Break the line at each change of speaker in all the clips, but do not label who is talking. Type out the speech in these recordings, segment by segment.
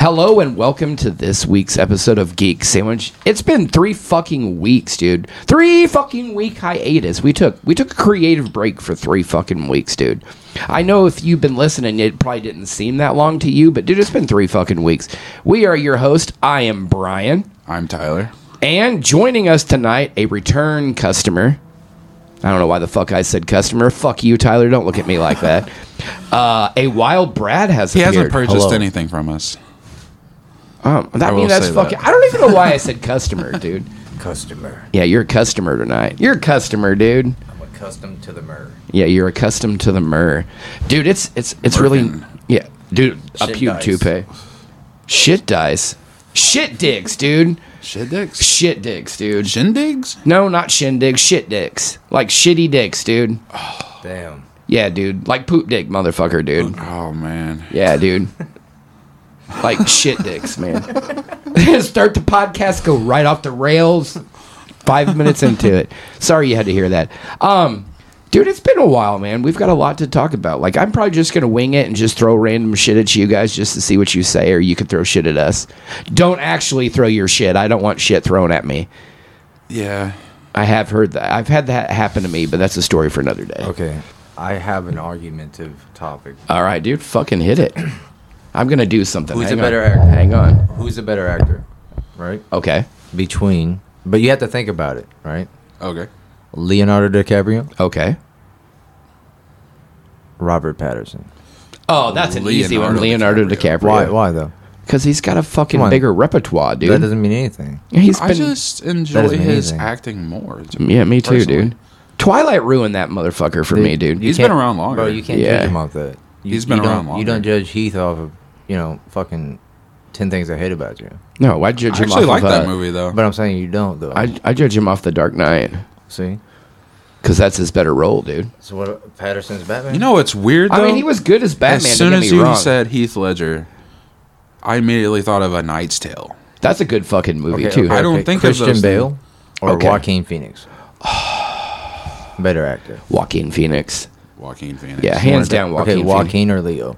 Hello and welcome to this week's episode of Geek Sandwich. It's been three fucking weeks, dude. Three fucking week hiatus. We took we took a creative break for three fucking weeks, dude. I know if you've been listening, it probably didn't seem that long to you, but dude, it's been three fucking weeks. We are your host. I am Brian,
I'm Tyler.
and joining us tonight, a return customer. I don't know why the fuck I said customer. Fuck you, Tyler. Don't look at me like that. Uh, a wild Brad has
He hasn't
appeared.
purchased
Hello.
anything from us.
Um, that, I
I
mean,
will
that's
say
fucking.
that.
I don't even know why I said customer, dude.
Customer.
Yeah, you're a customer tonight. You're a customer, dude.
I'm accustomed to the myrrh.
Yeah, you're accustomed to the myrrh, dude. It's it's it's really
Merkin.
yeah, dude. a
Shit
pew
dice.
toupee. Shit dice. Shit dicks, dude.
Shindigs?
Shit dicks, dude.
Shindigs?
No, not shindig. Shit dicks. Like shitty dicks, dude.
Damn.
Yeah, dude. Like poop dick, motherfucker, dude.
Oh, man.
Yeah, dude. Like shit dicks, man. Start the podcast, go right off the rails. Five minutes into it. Sorry you had to hear that. Um, dude, it's been a while, man. We've got a lot to talk about. Like, I'm probably just gonna wing it and just throw random shit at you guys just to see what you say, or you can throw shit at us. Don't actually throw your shit. I don't want shit thrown at me.
Yeah.
I have heard that. I've had that happen to me, but that's a story for another day.
Okay. I have an argumentative topic.
All right, dude, fucking hit it. I'm gonna do something.
Who's
Hang
a
on.
better actor?
Hang on.
Who's the better actor? Right?
Okay.
Between. But you have to think about it, right?
Okay.
Leonardo DiCaprio,
Okay.
Robert Patterson.
Oh, that's an easy one.
Leonardo
Leonardo
DiCaprio.
DiCaprio.
Why why though?
Because he's got a fucking
Come on.
bigger repertoire,
That
dude.
doesn't mean anything.
He's
I
been
just enjoy
mean
his
anything.
acting more. to-
yeah, me too,
personally.
dude. Twilight ruined that motherfucker for me, dude.
You
He's been
can't-
around longer.
Bro, you can't
Yeah.
judge him off that. You,
He's been
you don't-
around
You don't
longer.
judge Heath off of, you know, fucking ten things I hate about you.
no, I judge
I
him
actually
off
like
of,
that
uh,
movie, though.
But I'm saying you don't though.
I, I judge him off the Dark Knight
See?
because that's his better role, dude.
So what Patterson's Batman?
you know what's weird, though?
I mean, he was good as Batman.
As soon
don't get
as
me
you
wrong.
said Heath Ledger, I immediately thought of A Knight's Tale.
that's a good fucking movie too.
I don't think of
Christian
those
Bale or
Okay.
Joaquin Phoenix. Better actor.
Joaquin Phoenix.
Joaquin Phoenix.
Yeah, hands down, Joaquin.
okay,
Phoenix.
Joaquin or Leo.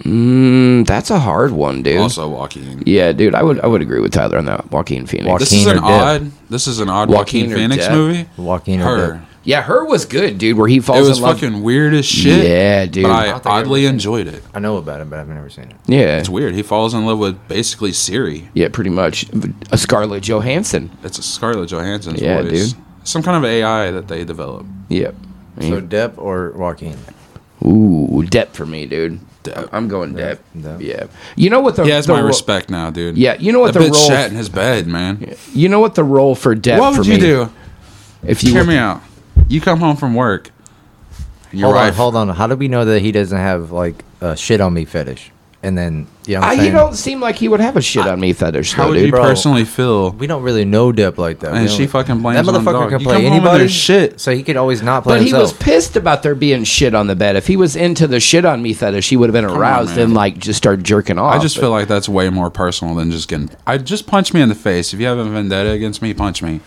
Mm, that's a hard one, dude.
Also Joaquin.
Yeah, dude, I would I would agree with Tyler on that. Joaquin Phoenix.
Joaquin.
This is an
or Depp?
odd. This is an odd
Joaquin
Joaquin,
or
Phoenix
Depp?
movie.
Joaquin or
Her.
Depp.
Yeah, her was good, dude. Where he falls
It was
in love.
fucking weird as shit.
Yeah, dude.
But
I
I
don't think I've
oddly
ever seen it.
enjoyed it.
I know about it, but I've never seen it.
yeah,
It's weird. He falls in love with basically Siri.
Yeah, pretty much. A Scarlett Johansson.
It's a Scarlett Johansson's
Yeah,
voice.
dude.
Some kind of AI that they develop.
Yep.
So Depp or Joaquin?
Ooh, Depp for me, dude.
Depp.
I'm going Depp.
Depp.
Yeah. You know what the
He has
the
my
ro-
respect now, dude.
Yeah, you know what
that
the
bitch
role-
shat in his bed, man.
You know what the role for Depp
What
for
would you
me-
do?
If you
Hear me out. You come home from work. and Your
hold on,
wife.
hold on. How do we know that he doesn't have like a shit on me fetish? And then you know, what
I,
I'm
he
saying?
don't seem like he would have a shit on me fetish,
How
though,
would
dude.
you
Bro.
personally feel?
We don't really know Depp like that. We
And
don't-
she fucking blames
that
it on the
motherfucker
dog.
can
You
play
come home and
anybody.
there's shit.
so he could always not play
but he was
himself.
pissed about there being shit on the bed. If he was into the shit on me fetish, he would have been
on,
aroused
man.
and like just started jerking off.
I just feel like that's way more personal than just getting. I just punch me in the face. If you have a vendetta against me, punch me.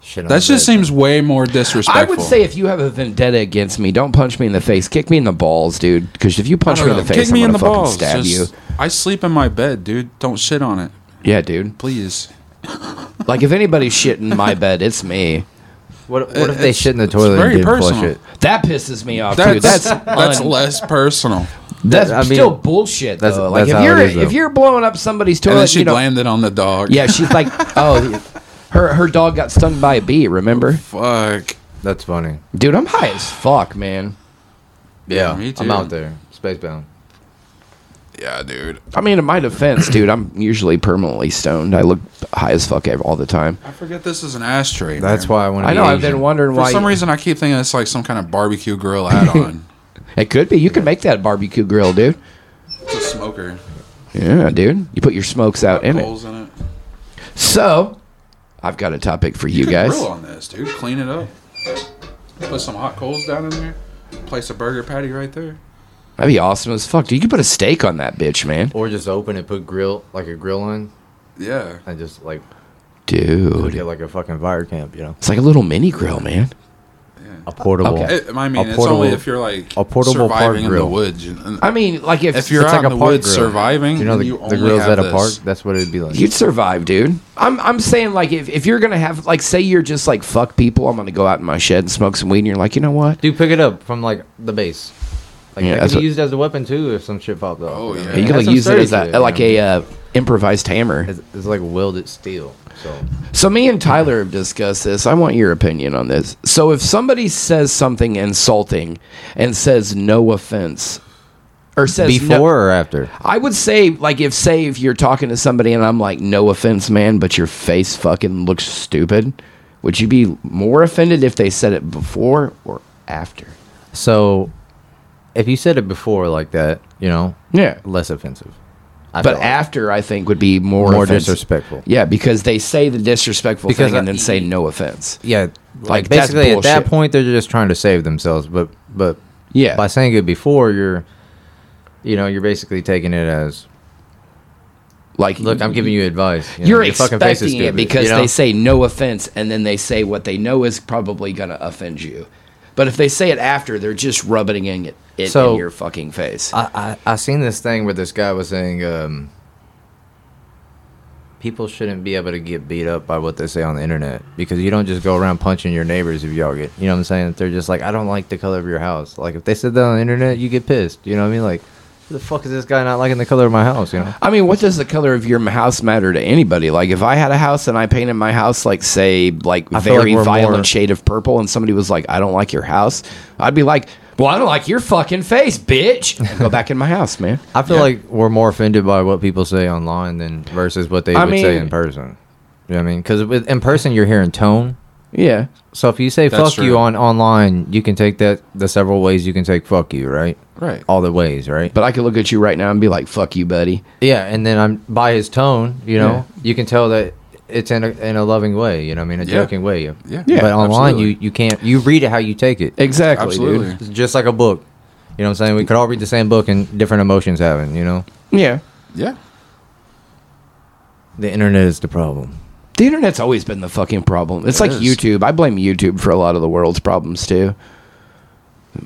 Shit on
That
the
just
bed.
seems way more disrespectful.
I would say if you have a vendetta against me, don't punch me in the face. Kick me in the balls, dude. Because if you punch
I
me
don't
in the
know.
face,
Kick me
I'm gonna
in the
fucking
balls.
stab
Just-
you.
I sleep in my bed, dude. Don't shit on it,
Yeah, dude.
please.
Like if anybody's shit in my bed, it's me.
What, what if they
it's-
shit in the
it's
toilet
very
and didn't flush
personal.
it?
That pisses me off too.
That's
That's
that's,
that's un-
less personal.
that's
I mean,
still bullshit
that's-
though. Like
that's how
if
it
you're
is, though.
if you're blowing up somebody's
And then
toilet,
she
you know,
blamed it on the dog.
yeah, she's like, oh, her her dog got stung by a bee. Remember,
Fuck.
That's funny.
dude, I'm high as fuck, man.
Yeah, me
I'm
too.
out there, spacebound.
Yeah, dude.
I mean, in my defense, dude, I'm usually permanently stoned. I look high as fuck ev- all the time.
I forget this is an ashtray.
That's
man.
why I want to.
I know. I've been wondering
For
why.
some reason, I keep thinking it's like some kind of barbecue grill add-on.
it could be. You could make that barbecue grill, dude.
it's a smoker.
Yeah, dude. You put your smokes out in it.
Holes in it.
So, I've got a topic for you,
Could
guys.
grill on this, dude. Clean it up. Put some hot coals down in there. Place a burger patty right there.
That'd be awesome as fuck, dude. You could put a steak on that bitch, man.
Or just open it, put grill like a grill on,
Yeah.
and just like
Dude.
get like a fucking fire camp, you know,
It's like a little mini grill, man.
a portable.
Okay.
It, I mean,
A
it's
portable-
only if you're like
a portable park
surviving in the
grill.
woods. you know.
I mean, like if,
If you're
it's
out
like
in
a
the
park
woods
grill.
surving,
You know
then
the,
you
the
only
grills
have
at a
this.
park. That's what it'd be like.
You'd survive, dude. I'm I'm saying like if, if you're gonna have like say you're just like fuck people, I'm gonna go out in my shed and smoke some weed and you're like, you know what?
Dude, pick it up from like the base. Like
Yeah,
yeah, that
that's
could
what-
be used as a weapon too if some shit popped off.
Oh, yeah.
know?
you
That's
can like
some
use it as
sturdy shit,
a like
you
a
know?
uh, improvised hammer.
It's, it's like welded steel. So
So me and Tyler have discussed this. I want your opinion on this. So if somebody says something insulting and says no offense or says no-
before or after?
I would say, like, if say if you're talking to somebody and I'm like, no offense, man, but your face fucking looks stupid. Would you be more offended if they said it before or after?
So if you said it before like that, you know,
Yeah,
less offensive. I
but
feel like.
after I think would be more
More
offensive.
disrespectful.
Yeah, because they say the disrespectful
Because
thing and
I-
then say no offense.
yeah, like,
Like, that's
basically at that
bullshit.
point they're just trying to save themselves. But but
Yeah,
by saying it before, you're you know you're basically taking it as
like
look, I'm giving you advice. You know,
You're
your fucking
expecting
face is
it
stupid,
because
you know?
they say no offense, and then they say what they know is probably going to offend you. But if they say it after, they're just rubbing in it, it
So-
in your fucking face.
I, I I seen this thing where this guy was saying um, people shouldn't be able to get beat up by what they say on the internet because you don't just go around punching your neighbors if y'all get you know what I'm saying. If they're just like, I don't like the color of your house. Like if they said that on the internet, you get pissed. You know what I mean? Like, who the fuck is this guy not liking the color of my house? You know?
I mean, what does the color of your m- house matter to anybody? Like, if I had a house and I painted my house like, say, like
I feel like
very
we're
violent
more-
shade of purple, and somebody was like, "I don't like your house," I'd be like, "Well, I don't like your fucking face, bitch." And go back in my house, man.
I feel like we're more offended by what people say online than versus what they
I
would say
mean-
in person. You know what I mean? Because in person, you're hearing tone.
Yeah,
So if you say
That's
fuck
true.
you on online, you can take that the several ways you can take fuck you, right?
Right.
All the ways, right?
but I could look at you right now and be like, "Fuck you, buddy."
yeah, and then I'm by his tone, you know, you can tell that it's in a, in a loving way, you know, what I mean, a
Yeah.
joking way. Yeah.
Yeah.
Yeah,
but online,
absolutely.
you you can't you read it how you take it.
Exactly,
Absolutely.
It's just like a book. You know what I'm saying? We could all read the same book and different emotions happen, you know.
dude. Yeah,
Yeah.
The internet is the problem.
the internet's always been the fucking problem. It's like
is.
YouTube. I blame YouTube for a lot of the world's problems too.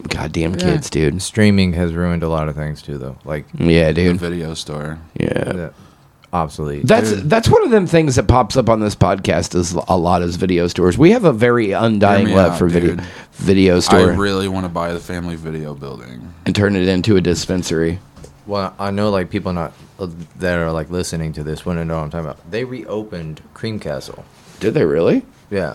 Goddamn
Yeah.
kids, dude.
Streaming has ruined a lot of things too though. Like
Yeah,
The
dude.
video store.
Yeah.
the obsolete.
That's that's one of them things that pops up on this podcast is a lot is video stores. We have a very undying
Hear me
love
out,
for video
dude.
video store
I really want to buy the family video building.
and turn it into a dispensary.
Well, I know like people not uh, that are like listening to this wouldn't know what I'm talking about. They reopened Cream Castle.
Did they really?
Yeah.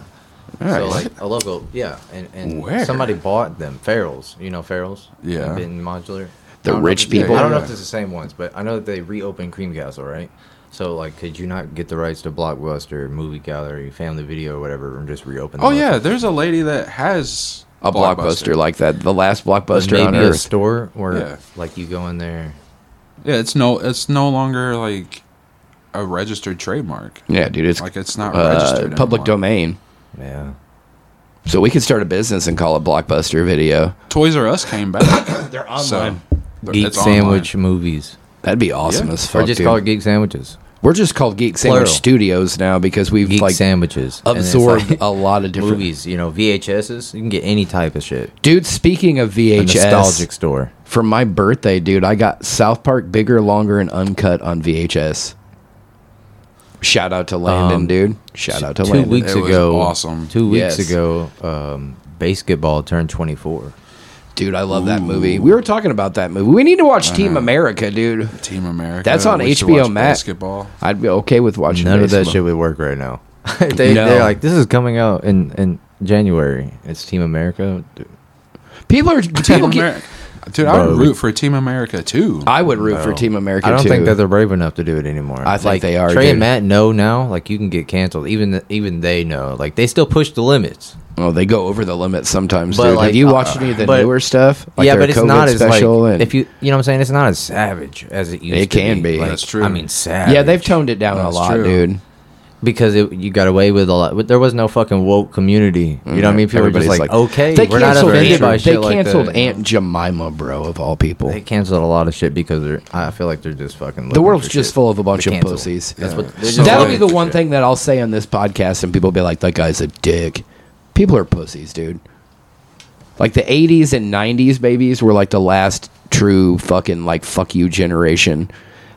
So
Nice.
like a local, yeah, and, and
Where?
somebody bought them. Farrell's, you know Farrell's.
Yeah.
In modular.
The
I don't know
rich
if it's-
people?
I don't know
Yeah.
if it's the same ones, but I know that they reopened Cream Castle, right? So like, could you not get the rights to Blockbuster, Movie Gallery, Family Video, or whatever, and just reopen?
Oh
them
yeah,
up?
there's a lady that has
A blockbuster, like that, the last
But
blockbuster
maybe
on
a
earth.
store where
Yeah.
like you go in there.
yeah, it's no, it's no longer like a registered trademark.
yeah, dude, it's
Like it's not
uh,
registered.
public
anymore.
domain.
Yeah.
So we could start a business and call it Blockbuster Video.
Toys R Us came back.
They're
so
Geek
it's online.
sandwich movies,
That'd be awesome
Yeah.
as fuck.
or just
dude.
call it geek sandwiches.
We're just called Geek Sandwich
Plural.
Studios now because we've
Geek
like
sandwiches. And it's
absorbed
like
a lot of different
movies. You know, VHSs. You can get any type of shit.
Dude, speaking of
A
VHS,
nostalgic store.
For my birthday, dude, I got South Park bigger, longer, and uncut on VHS. Shout out to Landon,
Um,
dude. Shout out to
two
Landon.
weeks
It was
ago.
awesome.
Two weeks
Yes.
ago, um, basketball turned 24.
Dude, I love that movie. We were talking about that movie. We need to watch Team America, dude.
Team America.
That's on
We should
HBO
watch
Max.
Basketball.
I'd be okay with watching
None of that
baseball.
shit would work right now. they,
No.
They're like, this is coming out in, in January. It's Team America. Dude.
People are people
Team
get,
America. Dude, I would
Bro.
root for Team America too.
I would root for
No.
Team America.
Oh. I don't
too.
think that they're brave enough to do it anymore.
I think
Like,
they are,
Trey
dude.
and Matt know now. Like you can get canceled. Even th- even they know. Like they still push the limits.
Well, Oh, they go over the limit sometimes.
But,
dude.
like,
Have you
uh,
watched any of the
but-
newer stuff? Like
yeah,
their
but it's
COVID
not as like
and-
if you you know what I'm saying. It's not as savage as it used.
It
to
can be.
Like,
That's true.
I mean, savage.
yeah, they've toned it down a
That's
lot,
true.
dude.
because it, you got away with a lot. but There was no fucking woke community. You know what I mean? People were just
Mm-hmm. Everybody's
like, okay,
they
we're not
canceled,
offended
Aunt,
by
they
shit like
canceled
that.
Aunt Jemima, bro, of all people.
They canceled a lot of shit because they're. I feel like they're just fucking.
the world's just full of a bunch
They
of
cancel.
pussies.
That's what- they're
So
just
that'll
looking
be the
for
one
shit.
thing that I'll say on this podcast, and people will be like, "That guy's a dick." People are pussies, dude. Like the '80s and '90s babies were like the last true fucking like fuck you generation,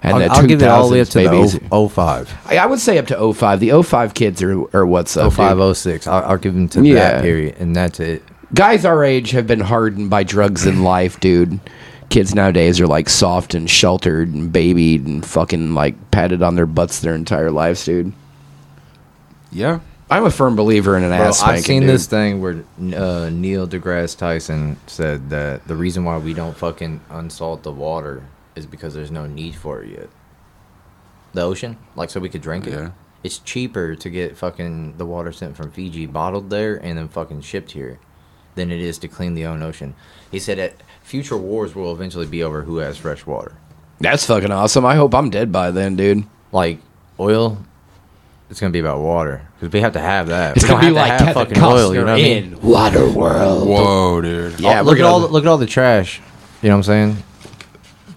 and
I'll,
the
I'll give it all the way up
2000s
to the
babies.
oh- 05.
I I would say up to 05. The 05 kids are or what's
Oh,
up. dude.
05, 06. I'll, I'll give them to
Yeah.
that period, and that's it.
guys our age have been hardened by drugs and life, dude. Kids nowadays are like soft and sheltered and babied and fucking like patted on their butts their entire lives, dude.
yeah.
I'm a firm believer in an
Bro,
ass spanking.
I've seen
dude.
this thing where uh, Neil deGrasse Tyson said that the reason why we don't fucking unsalt the water is because there's no need for it yet. The ocean, like, so we could drink it.
Yeah.
It's cheaper to get fucking the water sent from Fiji bottled there and then fucking shipped here than it is to clean the own ocean. He said that future wars will eventually be over who has fresh water.
That's fucking awesome. I hope I'm dead by then, dude.
Like, oil. It's gonna be about water because we have to have that.
It's
We
gonna
don't
be
have
like
to have
Kevin
fucking
Costner
oil, you know what I mean?
in Waterworld.
Whoa, dude.
Yeah,
Oh,
we're
look at
gonna-
all the, look at all the trash. You know what I'm saying?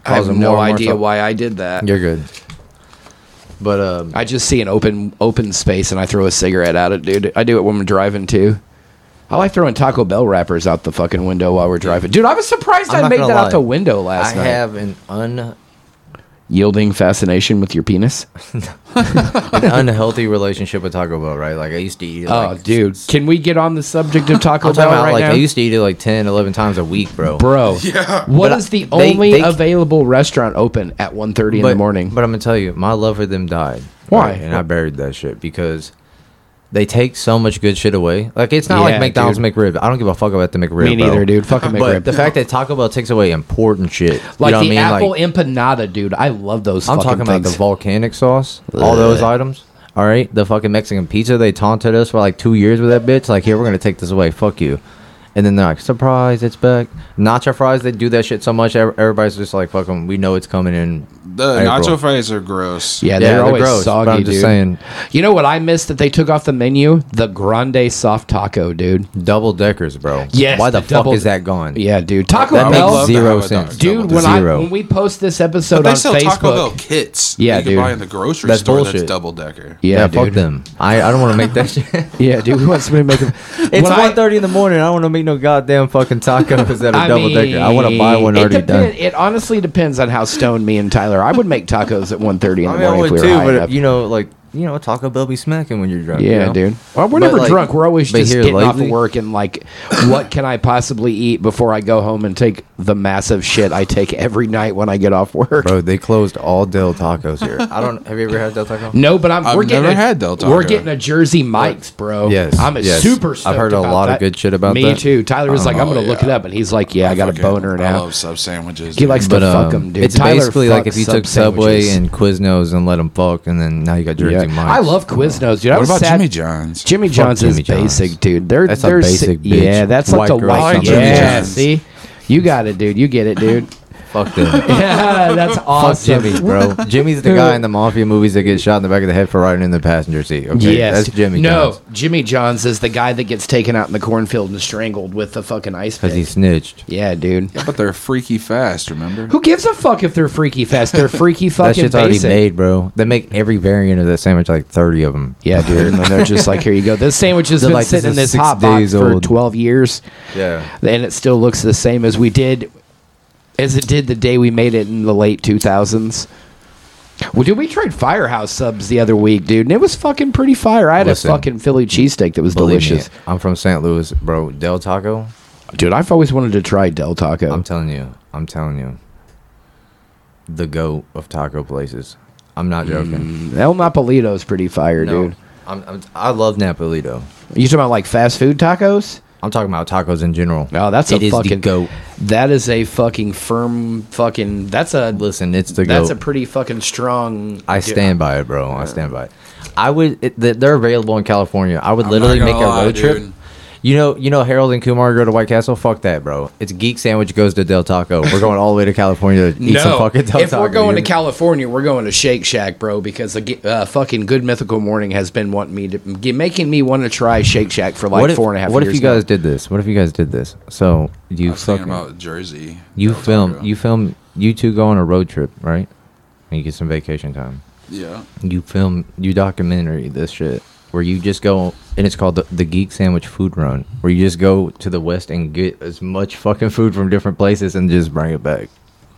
I have
Causing
no
more and more
idea
trouble.
why I did that.
You're good. But um,
I just see an open open space and I throw a cigarette at it, dude. I do it when I'm driving too. I like throwing Taco Bell wrappers out the fucking window while we're driving. Dude, I was surprised
I'm
I
not
made that
gonna
out
lie.
the window last
I
night.
have an un,
Yielding fascination with your penis?
an unhealthy relationship with Taco Bell. Right? Like I used to eat. it,
Oh,
like,
dude. Can we get on the subject of Taco
I'm talking
Bell
about
right
like
now?
I used to eat it like 10, 11 times a week, bro.
Bro, what
But
is the
I- they-
only
they-
available restaurant open at 1.30 in
but,
the morning?
But I'm gonna tell you, my love for them died.
Why?
And I buried that shit because they take so much good shit away. Like it's not
Yeah,
like McDonald's
dude.
McRib. I don't give a fuck about the McRib.
Me
bro.
neither, dude. Fucking McRib.
But the fact that Taco Bell takes away important shit,
like
you know what
the
I mean?
apple
Like-
empanada, dude. I love those.
I'm
fucking
talking about the
things.
volcanic sauce, all those items. All right, the fucking Mexican pizza. They taunted us for like two years with that bitch. Like, here we're gonna take this away. Fuck you. And then they're like, surprise, it's back. Nacho fries. They do that shit so much. ev- Everybody's just like, fucking, we know it's coming in.
The
April.
nacho fries are gross.
yeah,
Yeah,
they're,
they're
always
gross,
soggy,
but I'm just
dude.
saying.
You know what I missed that they took off the menu? The grande soft taco, dude.
Double deckers, bro.
Yes,
Why
the
the, fuck
double-
is that gone?
Yeah, dude. Taco
That
would
Bell,
love
makes
to
zero
have a double
sense,
dude.
decker.
When I
Zero.
when we post this episode
but they
on
sell
Facebook,
Taco Bell kits.
Yeah,
you
dude.
can buy in the grocery
That's
store. That's
bullshit.
double decker.
yeah,
Yeah,
dude.
fuck them. I, I don't want to make that shit. it's
Yeah, dude. We want somebody to make them. When I-
1.30 in the morning. I don't want to make no goddamn fucking tacos that
I
are double decker. I want to buy
mean,
one
it
already
depend-
done.
It honestly depends on how stoned me and Tyler. are. I would make tacos at 1.30 in the
I mean, I
morning if
would
we were
too,
high
but
enough.
you know, like you know, Taco Bell be smacking when you're drunk. you
Yeah,
know?
dude. Well, we're
But,
never
like-
drunk. We're always
but
just
here
getting off of
lately-
work and like, what can I possibly eat before I go home and take the massive shit I take every night when I get off work?
Bro, they closed all Del Tacos here. I don't. Have you ever had Del Taco?
No, but I'm.
I've
we're getting
never
a,
had Del Taco.
We're getting a Jersey Mike's, bro.
Yes,
I'm a
yes.
super.
I've
Stoked
heard a
about
lot of
that.
good shit about
Me
that.
too. Tyler was like, I'm gonna
Oh,
look
yeah.
it up, and he's like, Yeah, I, got a
Fucking-
boner
I
now.
love sub sandwiches.
He
dude.
likes
But
to
uh,
fuck him, dude.
it's
Tyler
basically like
fucks
if you
sub
took Subway
sandwiches.
and Quiznos and let them fuck, and then now you got Jersey
Yeah.
Mike's.
I love Quiznos, dude. I
What
was
about
sad-
Jimmy John's?
Jimmy John's
Jimmy
is
John's.
basic, dude. They're
That's a
they're
basic
si- Yeah,
bitch.
that's
White
like the
girl
white.
something. Jimmy
yeah,
John's.
see, you got it, dude. You get it, dude.
Fuck them.
yeah, that's
Fuck
awesome.
Jimmy, bro. Jimmy's the guy in the mafia movies that gets shot in the back of the head for riding in the passenger seat. Okay,
Yes,
that's Jimmy.
No, Jimmy John's is the guy that gets taken out in the cornfield and strangled with the fucking ice pick.
because he snitched.
yeah, dude.
But they're freaky fast, remember?
Who gives a fuck if they're freaky fast? They're freaky
That
fucking
shit's already
basic.
made, bro. They make every variant of that sandwich, like thirty of them.
Yeah, dude. And then they're just like, here you go. This sandwich has
They're
been
like, this
sitting in
is
this
six
hot box
days
for
old.
twelve years.
Yeah.
and it still looks the same as we did as it did the day we made it in the late 2000s well dude we tried firehouse subs the other week dude and it was fucking pretty fire i had
Listen.
a fucking philly cheesesteak that was
Believe me,
delicious
I'm from St. Louis, bro. Del Taco.
dude i've always wanted to try del taco
I'm telling you. I'm telling you. The goat of taco places. I'm not joking.
el napolito's pretty fire
No,
dude
I'm, I'm, I love Napolito.
you talking about like fast food tacos
I'm talking about tacos in general.
No, that's
It
a
is the
fucking
goat.
That is a fucking firm fucking. That's a
Listen, it's the
that's a
goat.
pretty fucking strong.
I stand by it, bro. I stand by it. I would. It, th- they're available in California. I would
I'm
literally
not
make a
gonna lie,
road trip.
dude.
You know, you know, Harold and Kumar go to White Castle. Fuck that, bro. It's geek sandwich goes to Del Taco. We're going all the way to California to eat some
No,
fucking Del
If
Taco.
we're going to
dude.
California, we're going to Shake Shack, bro, because the g- uh, fucking Good Mythical Morning has been wanting me to, g- making me want to try Shake Shack for like
what if,
four and a half
What
years.
if you
now.
guys did this? What if you guys did this? So
I
you
was thinking
fucking
about Jersey.
you
Del
film
Taco.
you film you two go on a road trip, right? And you get some vacation time.
Yeah.
you film you documentary this shit where you just go and it's called the, the geek sandwich food run where you just go to the west and get as much fucking food from different places and just bring it back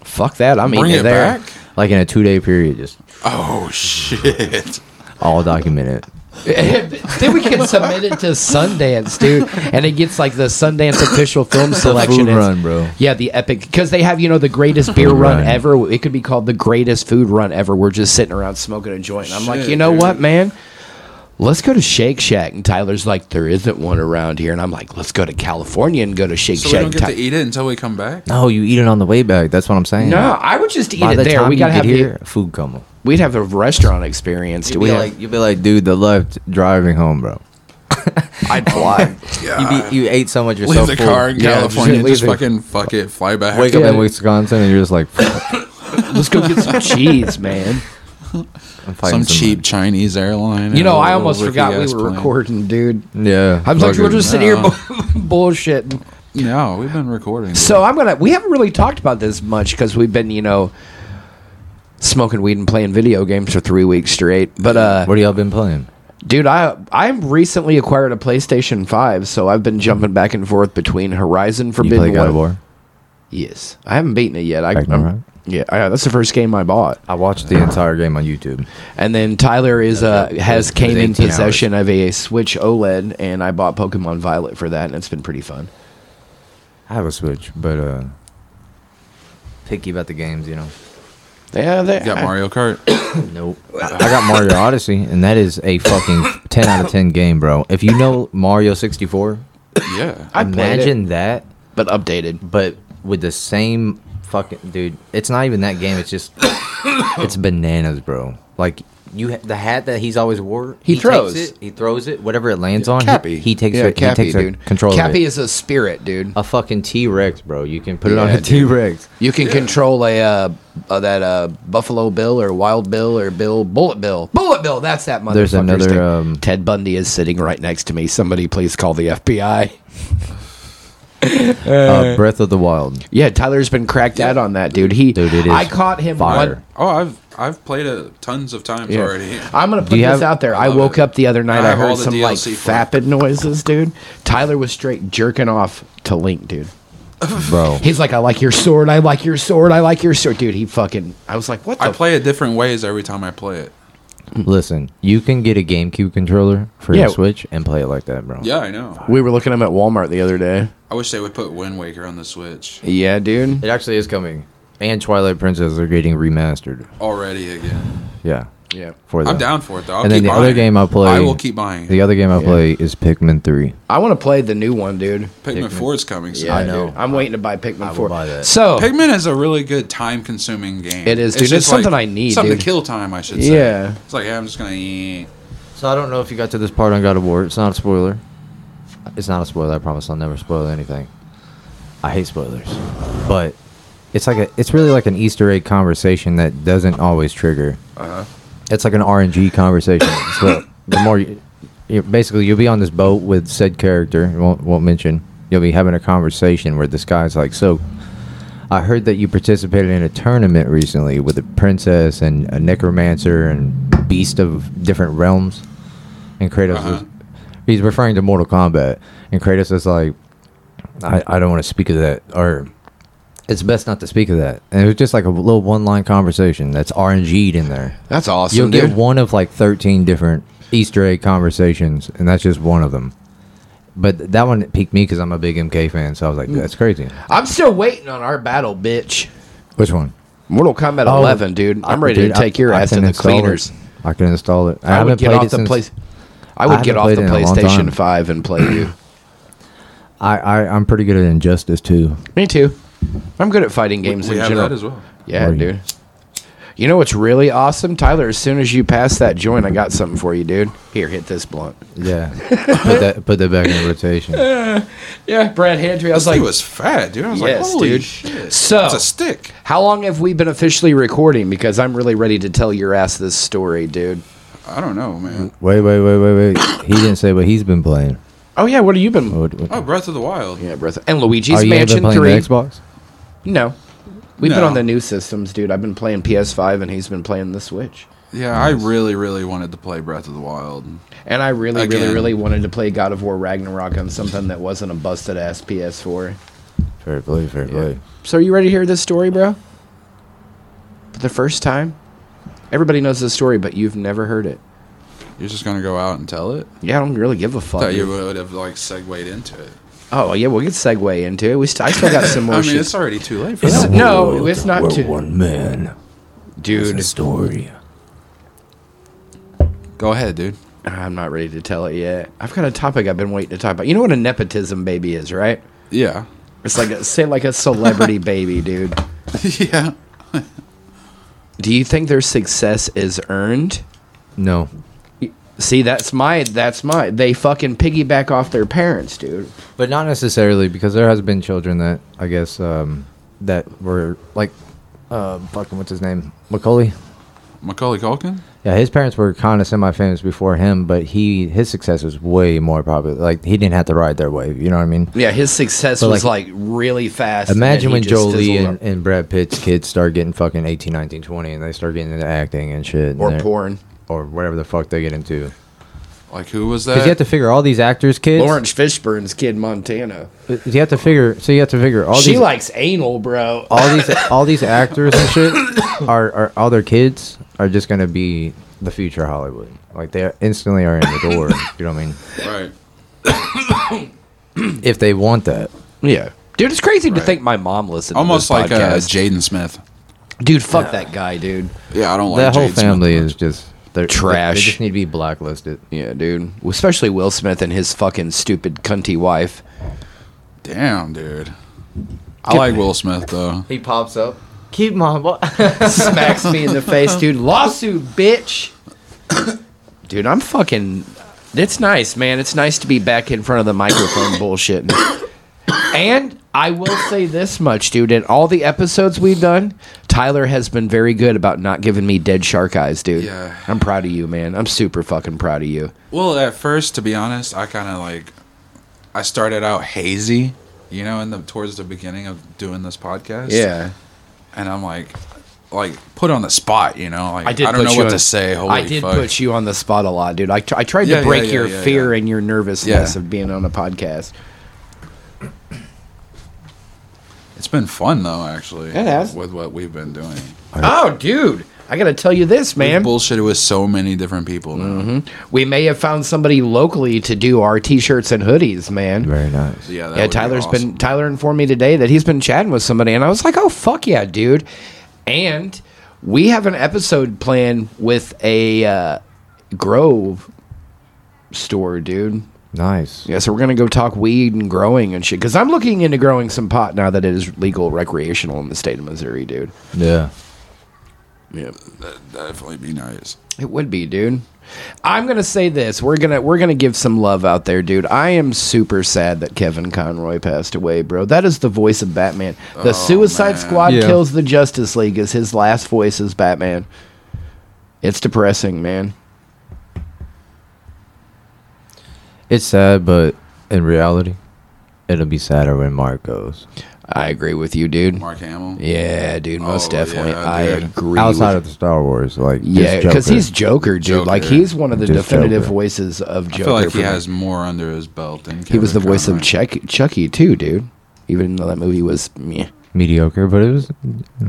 Fuck that. I'm
Bring
eating
it
there.
back?
like in a two day period just
Oh shit.
all documented
then we can submit it to Sundance, dude, and it gets like the Sundance official film selection.
food
is-
run, bro.
Yeah, the epic because they have you know the greatest beer
Food
run,
run.
ever. It could be called the greatest food run ever. We're just sitting around smoking a joint, and I'm like,
Shit,
you know
dude.
what, man. Let's go to Shake Shack, and Tyler's like, "There isn't one around here," and I'm like, "Let's go to California and go to Shake
So we
Shack."
don't
and
get
Ty-
to eat it until we come back.
no you eat it on the way back that's what i'm saying
no, I would just eat
by
it
the
there.
time
We
you
gotta
get
have the-
here food come
we'd have a restaurant experience.
you'd
Do we
be,
have-
like, you'd be like dude the left driving home bro
I'd fly.
you, be, you ate so much you're
Leave
so
the
full.
car in
Yeah, just
California.
leave
Just,
it.
fucking fuck it. Fly back.
wake
Yeah.
up in wisconsin and you're just like "Fuck,
let's go get some cheese, man.
I'm fighting
Some cheap
someone."
Chinese airline.
You know,
and a
I
little
almost
rickety
forgot we
ass
were
plane.
recording, dude.
yeah
I was like, we're
fucking-
just sitting here bu-
no.
bullshitting.
No, we've been recording. dude.
So I'm gonna. We haven't really talked about this much because we've been, you know, smoking weed and playing video games for three weeks straight. But uh,
what have y'all been playing
dude, I I recently acquired a PlayStation Five, so I've been jumping back and forth between Horizon
you
Forbidden
play God
West-
of War?
Yes, I haven't beaten it yet. I,
Ragnarok?
I'm- yeah, I, that's the first game I bought.
I watched the entire game on YouTube.
And then Tyler is uh has
It was
came in
18
possession of a Switch OLED, and I bought Pokemon Violet for that, and it's been pretty fun.
I have a Switch, but uh picky about the games, you know.
Yeah, they,
You got Mario Kart.
Nope. I, I got Mario Odyssey, and that is a fucking ten out of ten game, bro. If you know Mario sixty four,
yeah.
I played it.
imagine that,
but updated.
but with the same fucking dude. It's not even that game. It's just it's bananas, bro. Like you, ha- the hat that he's always wore.
He
takes
throws.
it, he throws it. Whatever it lands on, he-
Cappy.
He, takes
yeah,
it.
Cappy,
he takes
dude.
dude. control. of
Cappy
it.
is a spirit, dude.
a fucking T Rex, bro. You can put it on
Yeah,
a
dude.
T Rex.
You can control a uh, uh, that uh, Buffalo Bill or Wild Bill or Bill Bullet Bill. Bullet Bill, that's that motherfucker.
There's another, um,
Ted Bundy is sitting right next to me. Somebody please call the FBI.
Uh, Breath of the Wild.
Yeah, Tyler's been cracked out on that, dude. He,
Dude, it is
I caught him
fire.
one.
Oh, I've I've played it tons of times
Yeah.
already.
I'm gonna put
you
this
have-
out there. I
love
woke
it.
up the other night.
I
I,
have all
heard
the
some like
DLC for it.
fapping noises, dude. Tyler was straight jerking off to Link, dude.
Bro.
He's like, I like your sword. I like your sword. I like your sword, dude. He fucking. I was like, what the
I play it different ways every time I play it.
Listen, you can get a GameCube controller for
Yeah.
your Switch and play it like that, bro.
Yeah, I know.
We were looking at him at Walmart the other day.
I wish they would put Wind Waker on the Switch
Yeah, dude.
It actually is coming. And Twilight Princess are getting remastered.
already again.
Yeah.
Yeah.
For that.
I'm down for it though. I'll
and then
keep
the
buying
other
it.
game I play
I will keep buying.
The
it.
other game I play is Pikmin 3.
I want to play the new one, dude.
Pikmin Four is coming. soon.
Yeah,
I know.
dude. I'm waiting to buy Pikmin
will
4.
buy that.
So,
Pikmin is a really good time-consuming game.
It is, dude. It's
just
something I need,
Something
dude.
to kill time, I should say.
Yeah.
It's like, yeah, I'm just gonna. eat.
So I don't know if you got to this part on God of War. It's not a spoiler. It's not a spoiler. I promise I'll never spoil anything. I hate spoilers, but it's like a it's really like an Easter egg conversation that doesn't always trigger. It's like an RNG conversation. so the more you, you basically you'll be on this boat with said character. Won't won't mention. You'll be having a conversation where this guy's like, so. I heard that you participated in a tournament recently with a princess and a necromancer and beast of different realms. And Kratos
Uh-huh.
was, he's referring to Mortal Kombat. And Kratos is like, I, I don't want to speak of that. Or it's best not to speak of that. And it was just like a little one line conversation that's RNG'd in there.
that's awesome,
You'll
dude.
get one of like 13 different Easter egg conversations, and that's just one of them. But that one piqued me because I'm a big MK fan, so I was like, that's crazy.
I'm still waiting on our battle, bitch.
Which one?
Mortal Kombat
Oh,
11, dude. I'm
I-
ready
dude,
to take
I-
your
I
ass
can
to the
install it.
cleaners.
I can install it.
I, would
haven't
get
played
off
it
the
since-
place. I
I
would
haven't
get off
played
the
it in a long
PlayStation
time.
Five and play you.
I, I I'm pretty good at injustice too.
Me too. I'm good at fighting games
we
in
have
general.
that as well.
Yeah,
Are you?
dude. You know what's really awesome, Tyler? As soon as you pass that joint, I got something for you, dude. Here, hit this blunt.
Yeah, put that put that back in rotation.
Yeah, Brad Handry. I was
He
like,
was fat, dude. I was
Yes,
like, holy
dude.
shit.
So-
it's a stick.
how long have we been officially recording? Because I'm really ready to tell your ass this story, dude.
I don't know, man.
Wait, wait, wait, wait, wait. He didn't say what he's been playing.
Oh yeah, what have you been?
What, what,
Oh, Breath of the Wild.
Yeah, breath. And Luigi's
oh, you ain't
Mansion
been playing
Three.
the Xbox.
No, we've been
No.
on the new systems, dude. I've been playing PS5, and he's been playing the Switch.
Yeah, I really, really wanted to play Breath of the Wild.
And I really, really,
Again.
really wanted to play God of War Ragnarok on something that wasn't a busted ass PS4.
Fair play, fair play.
So are you ready to hear this story, bro? For the first time? Everybody knows this story, but you've never heard it.
You're just gonna go out and tell it?
Yeah, I don't really give a fuck.
Thought you
dude.
would have like segued into it.
Oh yeah, we'll get segue into it. We st- I still got some more
I mean,
shit.
it's already too late for
It's-
that.
no, it's not too,
man.
dude.
story.
Go ahead, dude.
I'm not ready to tell it yet. I've got a topic I've been waiting to talk about. You know what a nepotism baby is, right?
Yeah,
It's like a, say like a celebrity baby, dude.
yeah.
Do you think their success is earned?
No.
See, that's my that's my. They fucking piggyback off their parents, dude.
But not necessarily because there has been children that I guess um, that were like, uh, fucking what's his name, Macaulay.
Macaulay Culkin.
Yeah, his parents were kind of semi-famous before him, but he his success was way more probably. Like he didn't have to ride their wave. You know what I mean?
Yeah, his success
But,
was like, really fast. and
Imagine
then
when
he just
Jolie
fizzled
and,
out.
and Brad Pitt's kids start getting fucking 18, 19, 20, and they start getting into acting and shit. and
or
they're-
porn.
Or whatever the fuck they get into.
Like, who was
Because
that?
you have to figure all these actors' kids.
Uh,
uh,
Lawrence Fishburne's kid Montana.
You have to figure. So you have to figure all
she
these.
likes anal, bro.
all these all these actors and shit are, are all their kids are just gonna be the future Hollywood. Like they instantly are in the door. you know what I mean?
right.
If they want that,
Yeah. Dude, it's crazy to
Right.
think my mom listened
Almost
to this
like uh,
podcast.
Jaden Smith.
dude, fuck that guy, dude.
Yeah, I don't like
that whole
Jaden Smith
family
much.
is just they're
Trash.
They, just need to be blacklisted.
Yeah, dude. Especially Will Smith and his fucking stupid cunty wife.
Damn, dude. I like Will Smith though.
He pops up. Keep mom.
Smacks me in the face, dude. Lawsuit, bitch. dude, I'm fucking. It's nice, man. It's nice to be back in front of the microphone bullshit. And I will say this much, dude. In all the episodes we've done, Tyler has been very good about not giving me dead shark eyes, dude.
Yeah.
I'm proud of you, man. I'm super fucking proud of you.
Well, at first, to be honest, I kind of like I started out hazy, you know, in the towards the beginning of doing this podcast. and I'm like, like put on the spot, you know. Like I, don't know
you
what
on-
to say. Holy
I did
fuck.
put you on the spot a lot, dude. I, tr- I tried
Yeah,
to
yeah,
break
yeah,
your
yeah,
fear
yeah.
and your nervousness
Yeah.
of being on a podcast.
It's been fun though, actually.
It has.
with what we've been doing.
Oh, dude. I got to tell you this, man.
We've bullshitted with so many different people. now.
Mm-hmm. we may have found somebody locally to do our t-shirts and hoodies, man.
Very nice.
Yeah, that
yeah,
would be
Tyler's
awesome.
been Tyler informed me today that he's been chatting with somebody, and I was like, "Oh fuck yeah, dude!" And we have an episode planned with a uh, Grove store, dude.
Nice.
Yeah, so we're gonna go talk weed and growing and shit. Cause I'm looking into growing some pot now that it is legal recreational in the state of Missouri, dude.
Yeah.
Yeah,
That'd definitely be nice.
it would be, dude. I'm gonna say this. We're gonna we're gonna give some love out there, dude. I am super sad that Kevin Conroy passed away, bro. That is the voice of Batman. The Suicide
Oh, man.
Squad
Yeah.
kills the Justice League is his last voice as Batman. It's depressing, man.
It's sad, but in reality, it'll be sadder when Mark goes.
I agree with you, dude.
Mark Hamill.
Yeah, dude, most
Oh,
definitely.
yeah,
I
dude.
agree. with
Outside of the Star Wars, like just
Yeah, because
Joker.
he's Joker, dude.
Joker.
Like he's one of the
Just
definitive
Joker.
voices of Joker.
I feel like
for
he
me.
has more under his belt than Kevin
He was the voice of
Conroy.
Chuck, Chucky too, dude. Even though that movie was meh.
mediocre, but it was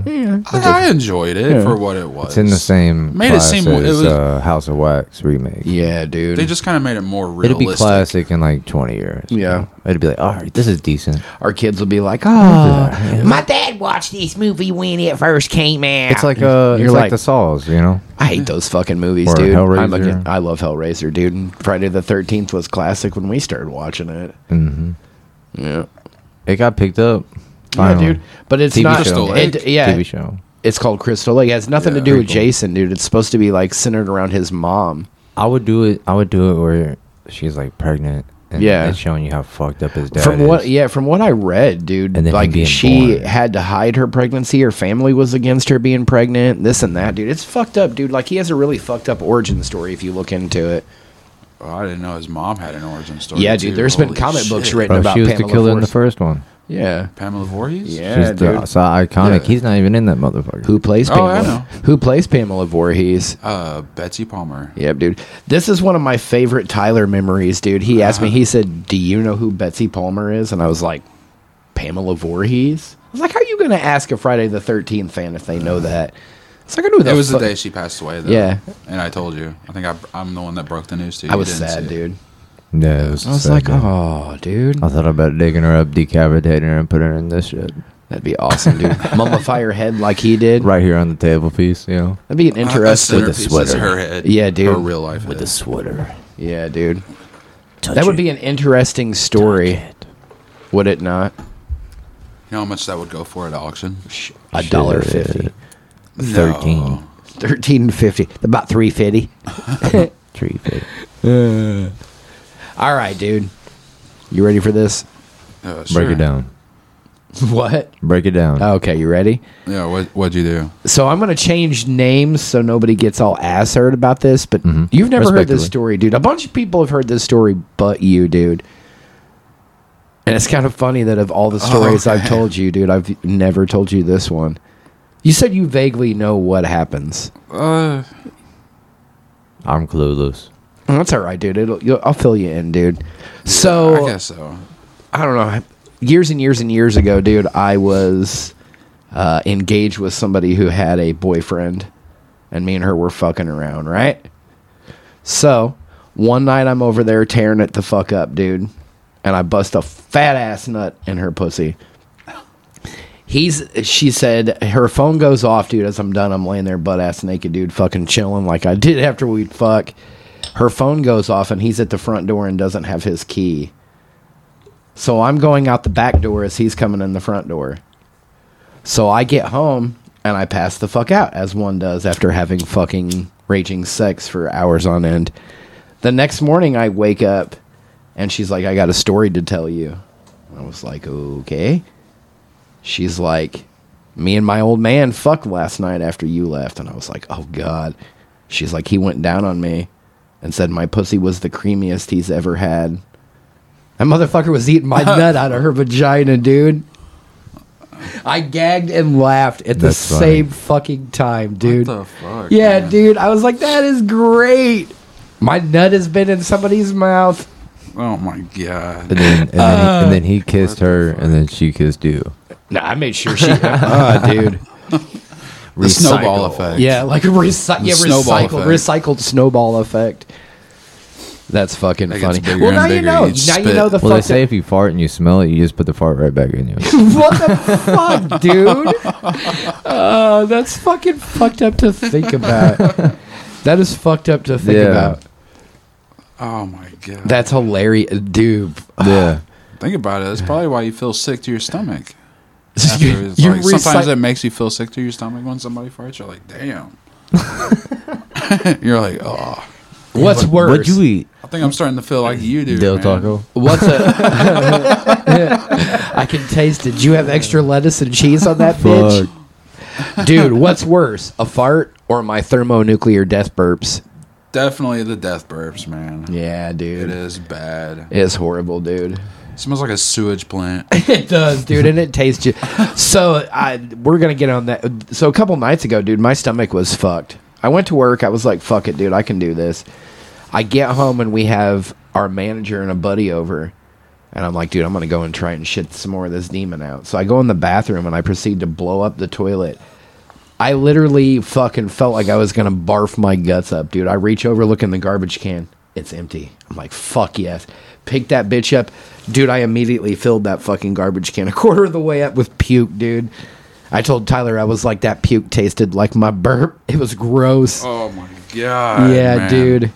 I, I enjoyed it
Yeah.
for what it was.
It's in the same
Made it
class
seem-
as
it was-
uh, House of Wax remake.
Yeah, dude.
They just kind of made it more
It'll
realistic.
be classic in like 20 years.
Yeah.
It'd be like, all right, this is decent.
Our kids will be like, oh,
My dad watched this movie when it first came out.
It's like uh,
You're
it's like,
like-
the Saws, you know?
I hate those fucking movies,
Or
dude. I'm
Hellraiser.
again- I love Hellraiser, dude. And Friday the 13th was classic when we started watching it. Mm-hmm. Yeah.
It got picked up.
Yeah, dude. But it's
TV
not.
show.
It, yeah,
TV show.
it's called Crystal Lake. It has nothing
Yeah,
to do
very
with Jason, dude. It's supposed to be like centered around his mom.
I would do it. I would do it where she's like pregnant. And
Yeah.
it's showing you how fucked up his dad
from
is.
what? Yeah, from what I read, dude.
And then him
like
being
she
born.
had to hide her pregnancy. Her family was against her being pregnant. This and that, dude. It's fucked up, dude. Like he has a really fucked up origin story if you look into it.
Oh, I didn't know his mom had an origin story.
Yeah, dude,
There's
there's been comic books written
Bro,
about
she was
Pamela
the killer in the
Forrest.
first one.
Yeah.
Pamela Voorhees.
Yeah,
She's the,
dude.
so iconic.
Yeah.
He's not even in that motherfucker.
Who plays
Oh,
Pamela?
I know.
Who plays Pamela Voorhees?
Uh, Betsy Palmer.
Yep, dude. This is one of my favorite Tyler memories, dude. He asked me, he said, Do you know who Betsy Palmer is? And I was like, Pamela Voorhees? I was like, How are you going to ask a Friday the 13th fan if they know that? It's like, I knew
It
that
was the day she passed away. Though.
Yeah.
and I told you. I think I, I'm the one that broke the news to you.
I
You
was
didn't see
sad,
it.
dude.
Yeah, it was
I was
sad,
like,
dude.
Oh, dude.
I thought about digging her up, decapitating her, and putting her in this shit
That'd be awesome, dude. Mummify her head like he did.
right here on the table piece. You know,
That'd be an
Uh,
interesting.
that's centerpiece. That's her head.
Yeah, dude.
Her real life head.
sweater.
Yeah, dude. that would be an interesting story, would it not?
You know how much that would go for at auction?
A dollar fifty.
Thirteen.
No.
Thirteen fifty. About three fifty.
Tree pit.
All right, dude. You ready for this?
Uh,
Break
sure.
it down.
What?
Break it down.
Okay, you ready?
Yeah. What What'd you do?
So I'm gonna change names so nobody gets all ass hurt about this, but
Mm-hmm.
you've never heard this
Respectively.
story, dude. A bunch of people have heard this story, but you, dude. And it's kind of funny that of all the
Oh,
stories I've
man.
told you, dude, I've never told you this one. You said you vaguely know what happens.
Uh,
I'm clueless.
Oh, That's all right, dude. It'll, you'll, I'll fill you in, dude.
I
So
guess so.
I don't know. Years and years and years ago, dude, I was uh, engaged with somebody who had a boyfriend, and me and her were fucking around, right? So one night I'm over there tearing it the fuck up, dude, and I bust a fat ass nut in her pussy. He's she said her phone goes off, dude, as I'm done. I'm laying there butt ass naked, dude, fucking chilling like I did after we'd fuck. Her phone goes off and he's at the front door and doesn't have his key. So I'm going out the back door as he's coming in the front door. So I get home and I pass the fuck out as one does after having fucking raging sex for hours on end. The next morning I wake up and she's like, I got a story to tell you. I was like, okay. She's like, me and my old man fucked last night after you left. And I was like, oh God. She's like, he went down on me and said my pussy was the creamiest he's ever had. That motherfucker was eating my nut out of her vagina, dude. I gagged and laughed at the
That's funny.
same fucking time, dude.
What the fuck?
yeah,
man?
dude. I was like, that is great. My nut has been in somebody's mouth.
Oh my god.
And then, and, then he, and then
Uh,
he kissed her, and then she kissed you.
Nah, I made sure she. Ah, dude.
The snowball effect.
Yeah, like a recy- yeah,
snowball
recycled,
effect.
recycled snowball effect. That's fucking
That gets
funny.
bigger
Well,
and
now you
bigger
know. Now
each
you
spit.
know the
Well, they
fucked
say
up-
if you fart and you smell it, you just put the fart right back in you.
What the fuck, dude? Uh, that's fucking fucked up to think about. That is fucked up to think
Yeah.
about.
Oh my god.
That's hilarious, dude.
yeah.
Think about it. That's probably why you feel sick to your stomach.
You-
After it's
you
like- sometimes
recyc-
it makes you feel sick to your stomach when somebody farts. You're like, damn. You're like, oh.
What's worse?
What'd you eat?
I think I'm starting to feel like you do.
Del
man.
Taco.
What's a? I can taste it. You have extra lettuce and cheese on that bitch, dude. What's worse, a fart or my thermonuclear death burps?
Definitely the death burps, man.
Yeah,
It
dude.
is bad.
It's horrible, dude.
It smells like a sewage plant.
It does, dude, and it tastes ju So I, we're gonna get on that. So a couple nights ago, dude, my stomach was fucked. I went to work. I was like, "Fuck it, dude, I can do this." I get home and we have our manager and a buddy over, and I'm like, "Dude, I'm gonna go and try and shit some more of this demon out." So I go in the bathroom and I proceed to blow up the toilet. I literally fucking felt like I was gonna barf my guts up, dude. I reach over, look in the garbage can. It's empty. I'm like, fuck yes. Pick that bitch up. Dude, I immediately filled that fucking garbage can a quarter of the way up with puke, dude. I told Tyler I was like, that puke tasted like my burp. It was gross.
oh my god.
yeah,
man.
dude.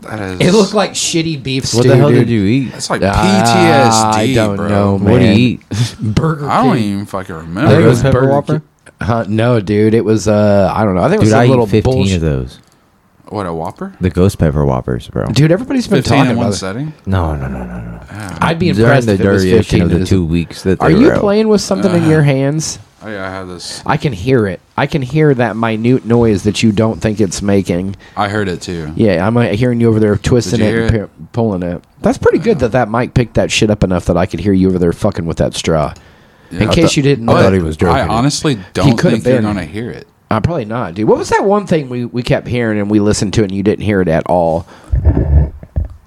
That is.
It looked like shitty beef stew.
What the hell
dude.
did you eat?
That's like
Ah,
PTSD,
I don't
bro.
know.
What
What do
man.
you eat?
Burger
I don't
King.
even fucking
I think
remember.
it was
Pepper
Burger
Whopper?
King. Huh, no, dude. It was uh, I don't know. I think it was
Dude,
a
I
little
eat 15
bullshit.
of those.
What a Whopper?
The ghost pepper whoppers, bro.
Dude, everybody's been
Fifteen
talking
in one
about it.
setting.
No, no, no, no, no.
I'd be
During
impressed
the
if it was
duration
15
of the
is-
two weeks that they
Are you
were out.
playing with something in your hands?
Oh yeah, I have this.
I can hear it. I can hear that minute noise that you don't think it's making.
I heard it too.
Yeah, I'm uh, hearing you over there twisting
Did
it,
you
and
hear
pu- pulling it. That's pretty good that that mic picked that shit up enough that I could hear you over there fucking with that straw. in
I
case
thought-
you didn't know,
I thought
it.
he was joking.
I honestly don't
could've
think you're
been.
gonna hear it.
Uh, probably not, dude. What was that one thing we, we kept hearing and we listened to it and you didn't hear it at all?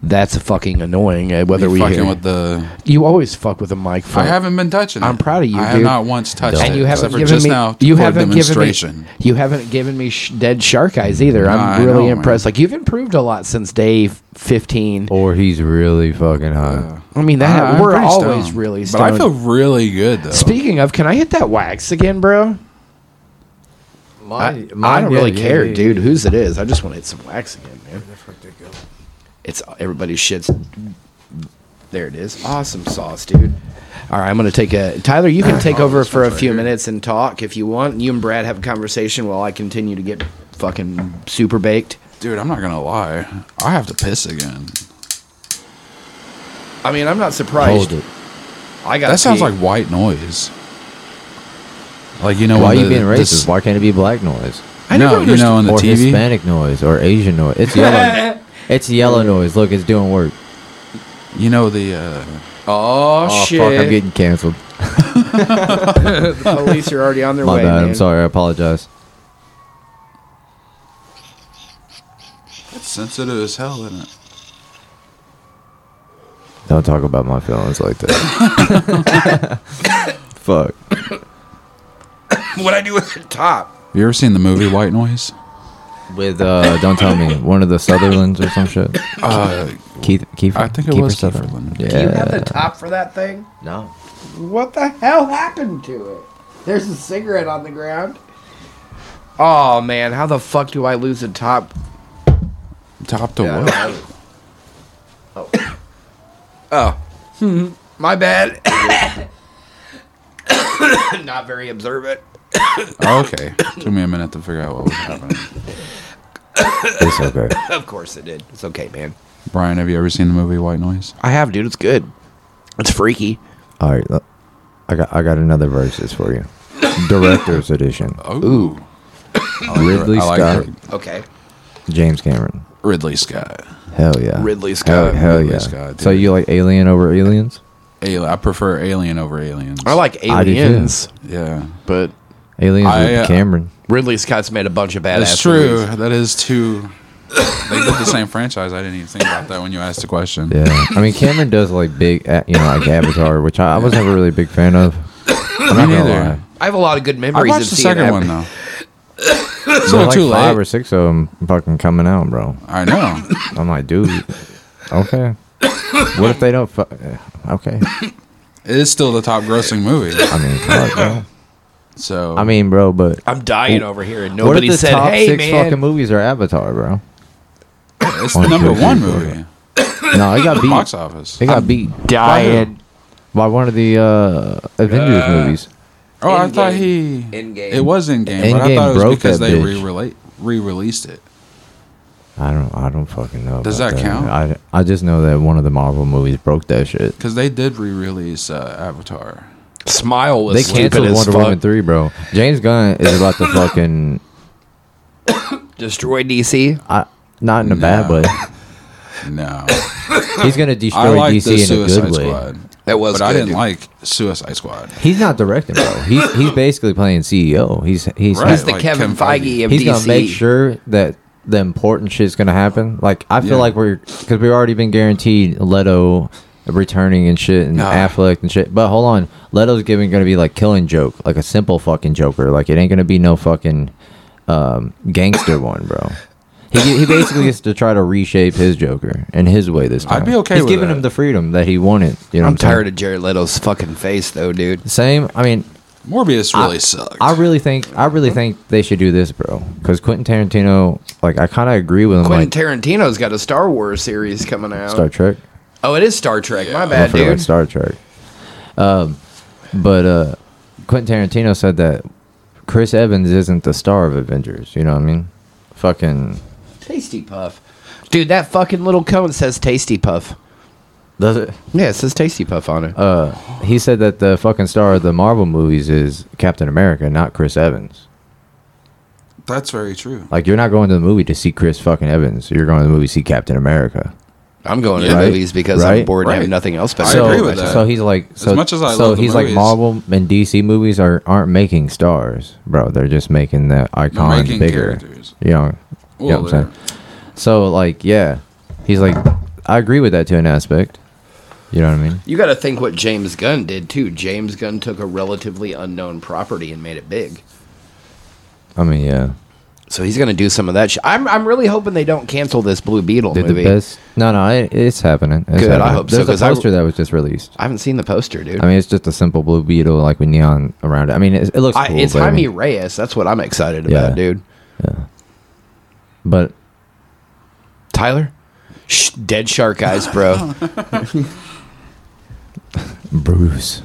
That's fucking annoying. uh, Whether
You
we
fucking
hear
with the.
you always fuck with a mic. For
I haven't been touching.
I'm
it.
proud of you,
I have
dude.
not once touched
and
it.
you haven't
except for
given
just
me.
now.
you
for a
haven't given
demonstration.
me. You haven't given me sh- dead shark eyes either.
Nah,
I'm
I
really
know,
impressed.
man.
Like you've improved a lot since day 15.
Or he's really fucking hot.
I mean that
I- I'm
we're
pretty
always
stoned.
really.
But I
stoned.
feel really good though.
Speaking of, can I hit that wax again, bro? I, I don't really care, dude, whose it is. I just want to hit some wax again, man. It's everybody's shit's. There it is. Awesome sauce, dude. All right, I'm going to take a. Tyler, you can
Oh,
take over for a few minutes and talk if you want. You and Brad have a conversation while I continue to get fucking super baked.
Dude, I'm not gonna lie. I have to piss again.
I mean, I'm not surprised.
Hold it.
I got
That sounds like white noise. Like you know
Why are
when
you
the-
being
the
racist?
s-
Why can't it be black noise?
I
no,
never
you know on the
or
TV.
Hispanic noise or Asian noise. It's yellow. it's yellow noise. Look, it's doing work.
You know the. Uh,
Oh,
Oh,
shit!
fuck, I'm getting canceled.
the police are already on their
My
way.
bad.
man.
I'm sorry. I apologize.
it's sensitive as hell, isn't it?
Don't talk about my feelings like that. fuck.
What I do with the top? You ever seen the movie White Noise?
With uh, don't tell me one of the Sutherlands or some shit.
Uh,
Keith, Keith,
I think it
Kiefer
was Sutherland.
Sutherland. Yeah.
Do you have the top for that thing?
no.
What the hell happened to it? There's a cigarette on the ground. Oh man, how the fuck do I lose a top?
Top to what?
Oh. My bad. Not very observant.
Oh, okay. Took me a minute to figure out what was happening.
It's okay.
Of course it did. It's okay, man.
Brian, have you ever seen the movie White Noise?
I have, dude. It's good. It's freaky.
All right. look, I got I got another verses for you. Director's edition.
Oh. Ooh.
Ridley
I like
Scott,
Rid-
Okay.
James Cameron.
Ridley Scott.
Hell yeah.
Ridley
Hell,
Scott.
hell
Ridley
yeah.
Scott,
so
dude.
you like Alien over Aliens?
Ali- I prefer Alien over Aliens.
I like
I do too.
aliens,
Yeah.
but
Aliens
I,
with
uh,
Cameron.
Ridley Scott's made a bunch of badass.
That's true.
movies.
That is too. They did the same franchise. I didn't even think about that when you asked the question.
Yeah. I mean, Cameron does like big, a- you know, like Avatar, which I, I was never really a big fan of. I'm not
Me
gonna
neither.
lie.
I have a lot of good
I
memories.
watched
of
the
seeing
second
that.
one though. It's a
There's
little
like
too
five
late.
or six of them fucking coming out, bro.
I know.
I'm like, dude, okay. What if they don't? Fu- okay.
It is still the top grossing movie.
I mean, fuck, bro.
So
I mean, bro, but
I'm dying over here, and
what
nobody
if the
said,
top
"Hey,
six fucking
man."
movies are Avatar, bro?
it's the number one movie.
No, it got
Box
beat.
office.
It got beat
Dying.
by one of the uh, Avengers movies.
Oh, I thought he.
Endgame.
It was in game, but
Endgame
I thought it was
broke
because
that
they
bitch.
re-relate, re-released it.
I don't, I don't fucking know.
Does
about
that count?
I, I just know that one of the Marvel movies broke that shit.
Because they did re-release uh, Avatar.
Smile was
They
stupid
canceled
as
Wonder
fuck.
Woman three, bro. James Gunn is about to fucking
Destroy DC.
I, not in a bad
No.
way.
No,
He's gonna
I
destroy
like the
DC in a
Suicide
good way.
Squad,
That was
but I
good,
didn't
dude.
like Suicide Squad.
He's not directing, bro. He's he's basically playing CEO. He's he's
Right.
He's the
like
Kevin
Kevin Feige.
Feige of
he's
DC.
gonna make sure that the important shit's gonna happen. Like I feel
Yeah.
like we're because we've already been guaranteed Leto returning and shit and
Nah.
Affleck and shit. But hold on, Leto's giving gonna be like killing joke, like a simple fucking Joker. Like it ain't gonna be no fucking um, gangster one, bro. He, he basically gets to try to reshape his Joker in his way this time.
I'd be okay
He's
with
giving
that.
him the freedom that he wanted. You know,
I'm tired of Jared Leto's fucking face, though, dude.
Same. I mean,
Morbius really sucks.
I really think I really think they should do this, bro. Because Quentin Tarantino, like, I kind of agree with him.
Quentin
Like
Tarantino's got a Star Wars series coming out.
Star Trek,
Oh, it is Star Trek. My
Yeah.
I
bad,
forgot about
dude.
Star Trek. Um, but uh, Quentin Tarantino said that Chris Evans isn't the star of Avengers. You know what I mean? Fucking
Tasty Puff. Dude, that fucking little cone says Tasty Puff.
does it?
Yeah, it says Tasty Puff on it.
Uh, he said that the fucking star of the Marvel movies is Captain America, not Chris Evans.
That's very true.
Like you're not going to the movie to see Chris fucking Evans. You're going to the movie to see Captain America.
I'm going to
yeah,
the
right,
movies because I'm
right,
bored and have
right.
nothing else better.
I
to
so,
do
agree
with
with
myself.
that.
So he's like, so,
much as I
so
love the
he's like
movies-
Marvel and DC movies are aren't making stars, bro. They're just making the icons
making
bigger.
characters.
You know, you know
Well,
what I'm saying? So like, yeah, he's like, I agree with that to an aspect. You know what I mean?
You got to think what James Gunn did too. James Gunn took a relatively unknown property and made it big.
I mean, yeah.
So he's going to do some of that shit. I'm, I'm really hoping they don't cancel this Blue Beetle
Did
movie.
the best? No, no, it, it's happening. It's
Good, I
happening.
hope so,
There's
'cause I-
a poster that was just released.
I haven't seen the poster, dude.
I mean, it's just a simple blue beetle, like with neon around it. I mean, it, it looks
I,
cool.
it's
but, I
Jaime
mean-
Reyes. That's what I'm excited
Yeah.
about, dude.
but
Tyler? Shh, dead shark eyes, bro.
Bruce.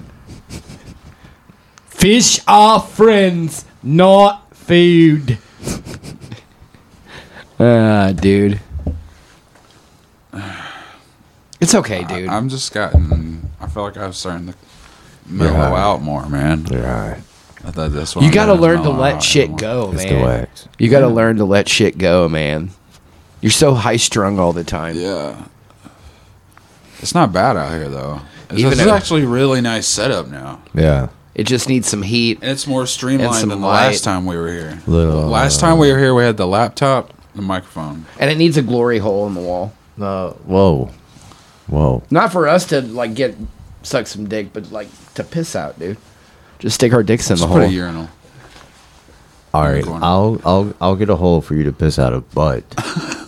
Fish are friends, not food. Ah, dude. It's okay, dude.
I, am just gotten. I feel like I'm starting to mellow
Yeah.
out more, man.
Right.
I thought that's what
you
I'm
got to
doing is
learn to
mellowing
let
out
shit
more.
go,
It's the
man.
wax.
You got to learn to let shit go, man. You're so high strung all the time.
Yeah. It's not bad out here though. It's,
Even
this is
if-
actually a really nice setup now.
Yeah.
It just needs some heat.
And it's more streamlined
some
than the
light.
last time we were here.
Little,
last time we were here we had the laptop, the microphone.
And it needs a glory hole in the wall.
Uh, whoa. Whoa.
Not for us to like get suck some dick, but like to piss out, dude. Just stick our dicks in
It's
the
pretty
hole.
urinal.
All right.
Corner.
I'll I'll I'll get a hole for you to piss out of, but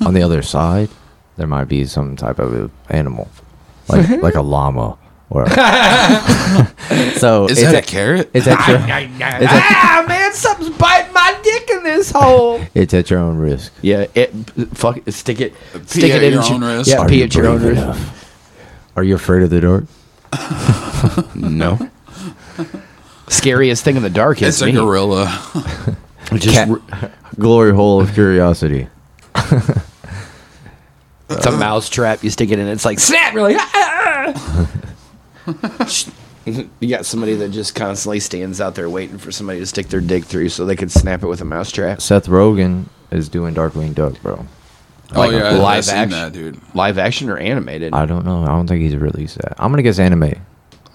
on the other side, there might be some type of animal, like like a llama or. so
Is
it's
that a
act-
carrot?
It's at your, it's at,
Ah, man, something's biting my dick in this hole.
it's at your own risk.
Yeah, it fuck it, stick it stick
Uh, at
it in
your own wrist.
Yeah,
Are
pee
you
at your own
brave
wrist.
enough? Are you afraid of the dark?
No. Scariest thing in the dark is
It's a
me.
gorilla.
Just
Cat-
r-
Glory hole of curiosity.
it's a mouse trap. You stick it in, it's like snap. Really. Ah, you got somebody that just constantly stands out there waiting for somebody to stick their dick through so they could snap it with a mouse trap.
Seth Rogen is doing Darkwing Duck, bro.
oh yeah, I-
live
I've seen
action.
that, dude.
Live action or animated?
I don't know. I don't think he's released that. I'm gonna guess anime,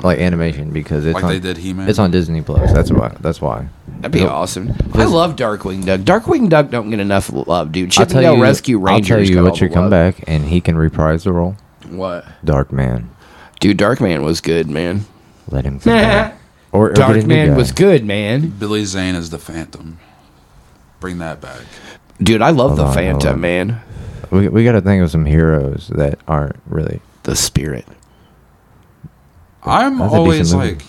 like animation, because it's
Like
on,
they did He-Man.
It's on Disney Plus. That's why. That's why.
That'd be
Nope.
awesome. I love Darkwing Duck. Darkwing Duck don't get enough love, dude.
I'll tell
Chippendale
you.
Rescue Rangers.
I'll tell you
got
what
all
should
the
come
love.
back, and he can reprise the role.
What?
Dark Man,
Dude, Darkman was good, man.
let him come back. Or, or get a new
Darkman
guy.
was good, man.
Billy Zane is the Phantom. Bring that back.
Dude, I love
Hold
the
on, hold
Phantom,
on.
man.
We we got to think of some heroes that aren't really.
The spirit.
I'm
That's a decent
always
movie.
like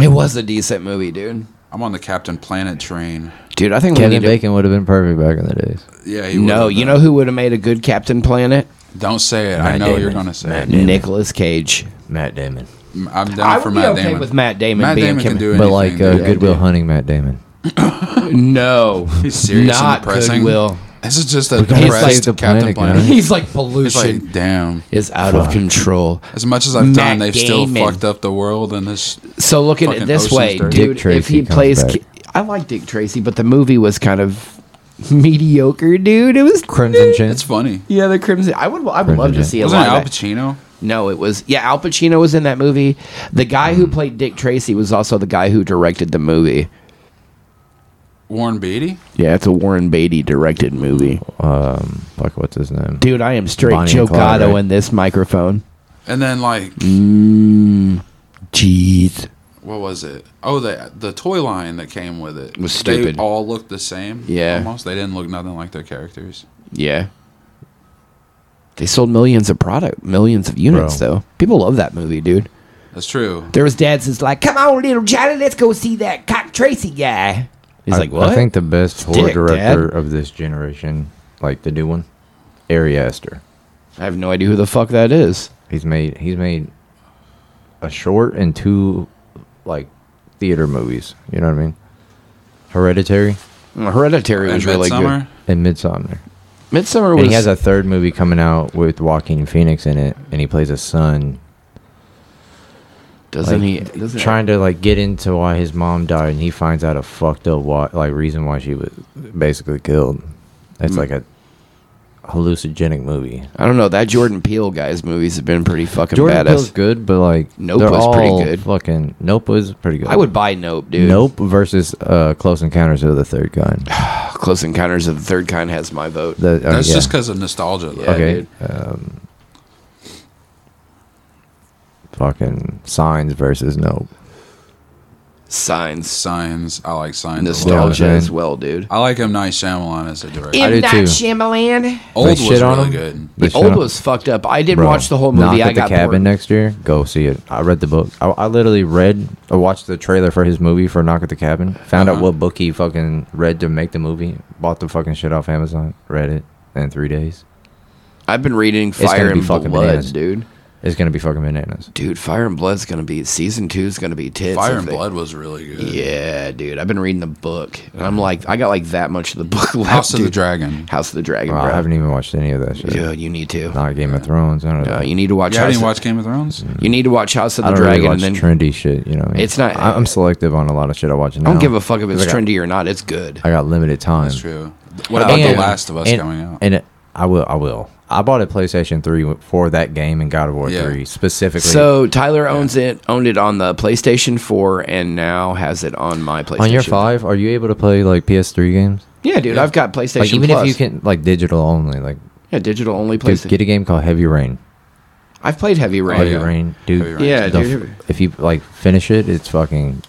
It was a decent movie, dude.
I'm on the Captain Planet train.
Dude, I think we
Kevin
need to-
Bacon would have been perfect back in the days.
Yeah, he
No,
would've
you
been.
know who would have made a good Captain Planet?
Don't say it. I
Matt
know you're
Damon.
gonna say
Matt
it.
Damon.
Nicolas Cage.
Matt Damon.
I'm down
I would
for
be
Matt
okay
Damon.
with Matt Damon
Matt
being
Damon
Kim-
can do anything.
But like uh,
dude.
Goodwill Hunting, Matt Damon.
No.
He's serious
Not
and depressing.
Goodwill.
This is just a
gotta
depressed
save the
Captain
planet, guys.
Planet.
He's like
It's
pollution
like, damn.
is out of control.
As much as I've
Matt
done, they've still
Damon.
fucked up the world and this.
So look at it
Fucking
this
Ocean's
way,
Thirteen.
Dick
dude. if
Tracy
he
comes
plays,
back.
Ki- I like Dick Tracy, but the movie was kind of mediocre, dude. It was
Crimson Chin.
It's funny.
Yeah, the Crimson. I would. I would love to
Crimson.
see a
Wasn't it
live.
Al
act-
Pacino?
No, it was. Yeah, Al Pacino was in that movie. The guy
Mm.
who played Dick Tracy was also the guy who directed the movie.
Warren Beatty?
Yeah, it's a Warren Beatty directed movie.
Um, fuck, what's his name?
Dude, I am straight
Bonnie
Joe
and Clyde,
Gatto
right?
in this microphone.
And then like,
Mm.
Mm.
Jeez.
what was it? Oh, the the toy line that came with it
Was stupid.
They all looked the same.
Yeah.
almost. They didn't look nothing like their characters.
Yeah. They sold millions of product, millions of units
Bro.
though. People love that movie, dude.
That's true.
There was dads that's like, "Come on, little Johnny, let's go see that cock Tracy guy." He's
I,
like, "What?"
I think the best horror
dick,
director of this generation, like the new one, Ari Aster.
I have no idea who the fuck that is.
He's made he's made a short and two like theater movies. You know what I mean? Hereditary
Hereditary was
And
really
Midsommar?
and Midsomner.
good. Midsummer was.
And he has a third movie coming out with Joaquin Phoenix in it, and he plays a son
doesn't
like,
he? Doesn't
trying to like get into why his mom died, and he finds out a fucked up why, like reason why she was basically killed.
Mm.
It's like a hallucinogenic movie.
I don't know. That Jordan Peele guy's movies have been pretty fucking
Jordan
badass.
Peele's good, but like
Nope
they're
was pretty
all
good.
Fucking Nope was pretty good.
I would buy Nope, dude.
Nope versus uh, Close Encounters of the Third Kind.
Close Encounters of the Third Kind has my vote.
The- uh,
That's
yeah.
just because of nostalgia, though.
Oh, Yeah.
okay.
dude.
Um, fucking Signs versus Nope.
Signs,
Signs. I like signs. a lot.
nostalgia
Yeah,
as
man.
well, dude.
I like M. Night Shyamalan as a director.
I do
M. Night
too.
Shyamalan.
Old
They
was
shit on
really
him?
good.
They
The
shit
old
on-
was fucked up. I did
Bro,
watch the whole
Knock
movie.
at
I
the
got
cabin
bored.
next year. Go see it. I read the book. I, I literally read. I watched the trailer for his movie for Knock at the Cabin. Found out
Uh-huh.
what book he fucking read to make the movie. Bought the fucking shit off Amazon. Read it in three days.
I've been reading
gonna
Fire
be
and Blood,
fucking bananas.
dude.
It's gonna be fucking bananas.
Dude, Fire and Blood's gonna be season two's gonna be tits.
Fire
I
and
think.
Blood was really good.
Yeah, dude. I've been reading the book, and I'm like, I got like that much of the book left.
House of the
dude.
Dragon.
House of the Dragon.
Bro,
bro.
I haven't even watched any of that shit.
Dude, you need to.
Not Game of Thrones. None of
Uh,
that.
you need to watch.
Yeah, I
House
didn't
of-
watch Game of Thrones.
You need to watch House of
I
the
don't
Dragon,
really watch
and then
trendy shit. You know what I mean?
It's not-
I, I'm selective on a lot of shit I watch now.
I don't give a fuck if it's
Because I got-
trendy or not. It's good.
I got limited time.
That's true. What about The
And-
Last of Us
and-
coming out?
And it, I will. I will. I bought a PlayStation 3 for that game and God of War
Yeah.
3 specifically.
So Tyler owns it, owned it on the PlayStation 4, and now has it on my PlayStation.
on your five, are you able to play like PS3 games?
Yeah, dude, I've got PlayStation.
Like even
Plus.
if you can like digital only, like
yeah, digital only
dude,
PlayStation.
get Oh, a game called Heavy Rain.
I've played Heavy Rain.
Heavy
yeah.
Rain, dude.
Heavy Rain.
Yeah,
the f-
dude.
if you like finish it, it's fucking.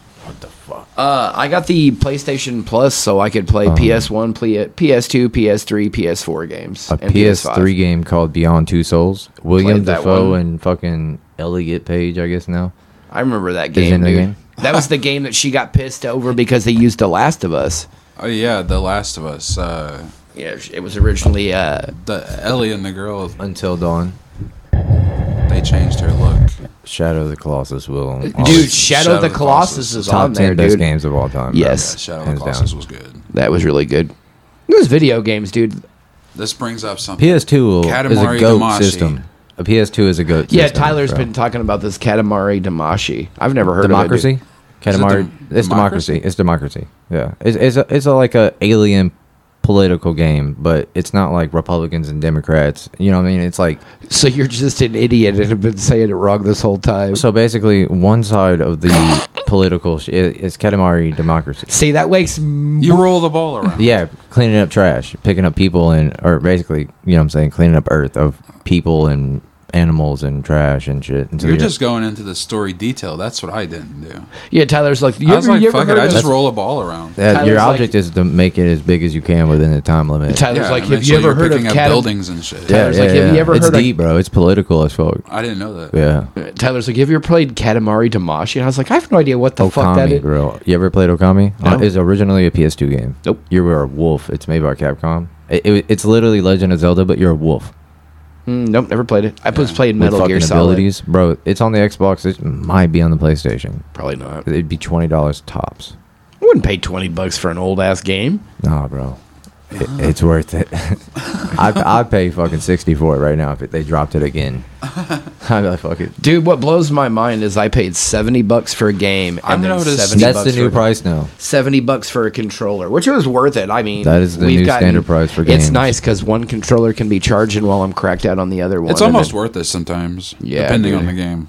Uh, I got the PlayStation Plus, so I could play PS1, play, PS2, PS3, PS4 games.
A
and
PS3
PS5.
game called Beyond Two Souls. William
Played that
Defoe
one.
and fucking Elliot Page, I guess now.
I remember that
it
game,
in the
dude.
game?
That was the game that she got pissed over because they used The Last of Us.
Oh yeah, The Last of Us. Uh,
Yeah, it was originally. Uh,
the Ellie and the girl.
Until Dawn,
They changed her look.
Shadow of the Colossus will.
dude,
always-
Shadow, of the Colossus, is
top
on there,
ten best
dude.
games of all time. bro.
Yes.
Yeah, Shadow of the
Hands
Colossus
down.
was good.
That was really good. Those video games, dude.
This brings up something.
PS2 will, is a
Katamari
goat
Damacy.
system. A PS2 is a goat.
Yeah,
system,
Tyler's
bro.
been talking about this Katamari Damacy. I've never heard
democracy.
Is it
Katamari.
dem-
it's democracy.
democracy?
It's democracy. Yeah. It's it's a, it's a, like a alien political game, but it's not like Republicans and Democrats. You know what I mean? It's like
of it. Dude. So you're just an idiot and have been saying it wrong this whole time.
so basically one side of the political sh- i- is Katamari democracy.
See, that wakes. m-
You roll the ball around.
Yeah, cleaning up trash, picking up people and or basically, you know what I'm saying, cleaning up earth of people and animals and trash and shit. And so
You're just going into the story detail. That's what I didn't do.
Yeah, Tyler's like. You
I
ever,
was like,
you ever
fuck it.
heard
I
of-
just roll a ball around.
that- your
Tyler's like-
object is to make it as big as you can within the time limit.
Tyler's
Yeah,
like,
and
have you
so
ever
you're
heard of
picking up
Katam-
buildings and shit?
Yeah. Tyler's like, "Have you ever
it's
heard of-
deep, bro. It's political as fuck.
I didn't know that.
Yeah.
Tyler's like, have you ever played Katamari Damacy? And I was like, I have no idea what the fuck that
Okami,
is.
bro. You ever played Okami?
No.
Uh, It's originally a PS2 game.
Nope.
You were a wolf. It's made by Capcom. It, it- it's literally Legend of Zelda, but you're a wolf.
Mm, nope, never played it. I was playing
With
Metal
fucking
Gear Solid.
abilities, bro. It's on the Xbox. It might be on the PlayStation.
Probably not. I
It'd be twenty dollars tops.
wouldn't pay twenty bucks for an old ass game.
Nah, bro. It,
Uh-huh.
it's worth it. I'd, I'd pay fucking sixty for it right now if it, they dropped it again. I'd be like, fuck it.
Dude, what blows my mind is I paid seventy bucks for a game, and
I've
then
noticed-
seventy
That's
bucks
the new
for
price now.
70 bucks for a controller, which was worth it. I mean,
That is the new standard price for
It's
games.
nice because one controller can be charging while I'm cracked out on the other one.
It's
and
almost
then
worth it sometimes,
Yeah,
depending on
dude.
the game.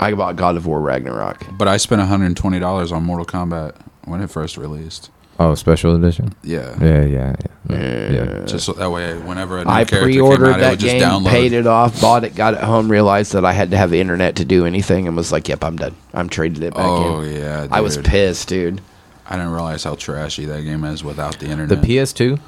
I bought God of War Ragnarok.
But I spent $120 on Mortal Kombat when it first released.
Oh, special edition.
Yeah.
Yeah, yeah, yeah. yeah.
Just so that way, whenever a new
I
character came out,
pre-ordered
it would
that
just
game,
download.
paid it off, bought it, got it home, realized that I had to have internet to do anything, and was like, "Yep, I'm done. I'm trading it back
Oh
in."
yeah,
I was
dude.
pissed, dude.
I didn't realize how trashy that game is without the internet.
The PS2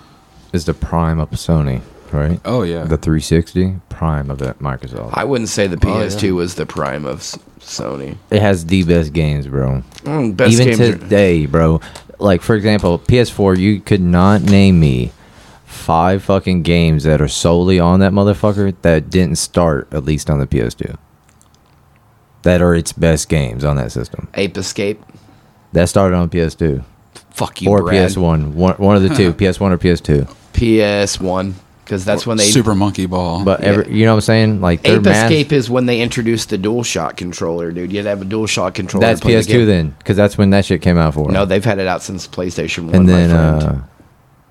is the prime of Sony. right?
Oh, yeah.
The 360 prime of that Microsoft.
I wouldn't say the
yeah.
PS2 was the prime of S- Sony.
It has the best games, bro.
Mm, best
Even
games are-
today, bro. Like for example, PS4, you could not name me five fucking games that are solely on that motherfucker that didn't start at least on the PS2. That are its best games on that system.
Ape Escape.
That started on PS2
Fuck you,
or
Brad.
PS1, one, one of the two, PS1 or PS2.
PS1. Because that's when they.
Super Monkey Ball.
But every, you know what I'm saying? Like they're
Ape
mass-
Escape is when they introduced the DualShock controller, dude. You had to have a DualShock controller.
That's
to play the game.
PS2 then, because that's when that shit came out for.
No, they've had it out since PlayStation 1.
and then,
my friend.
uh,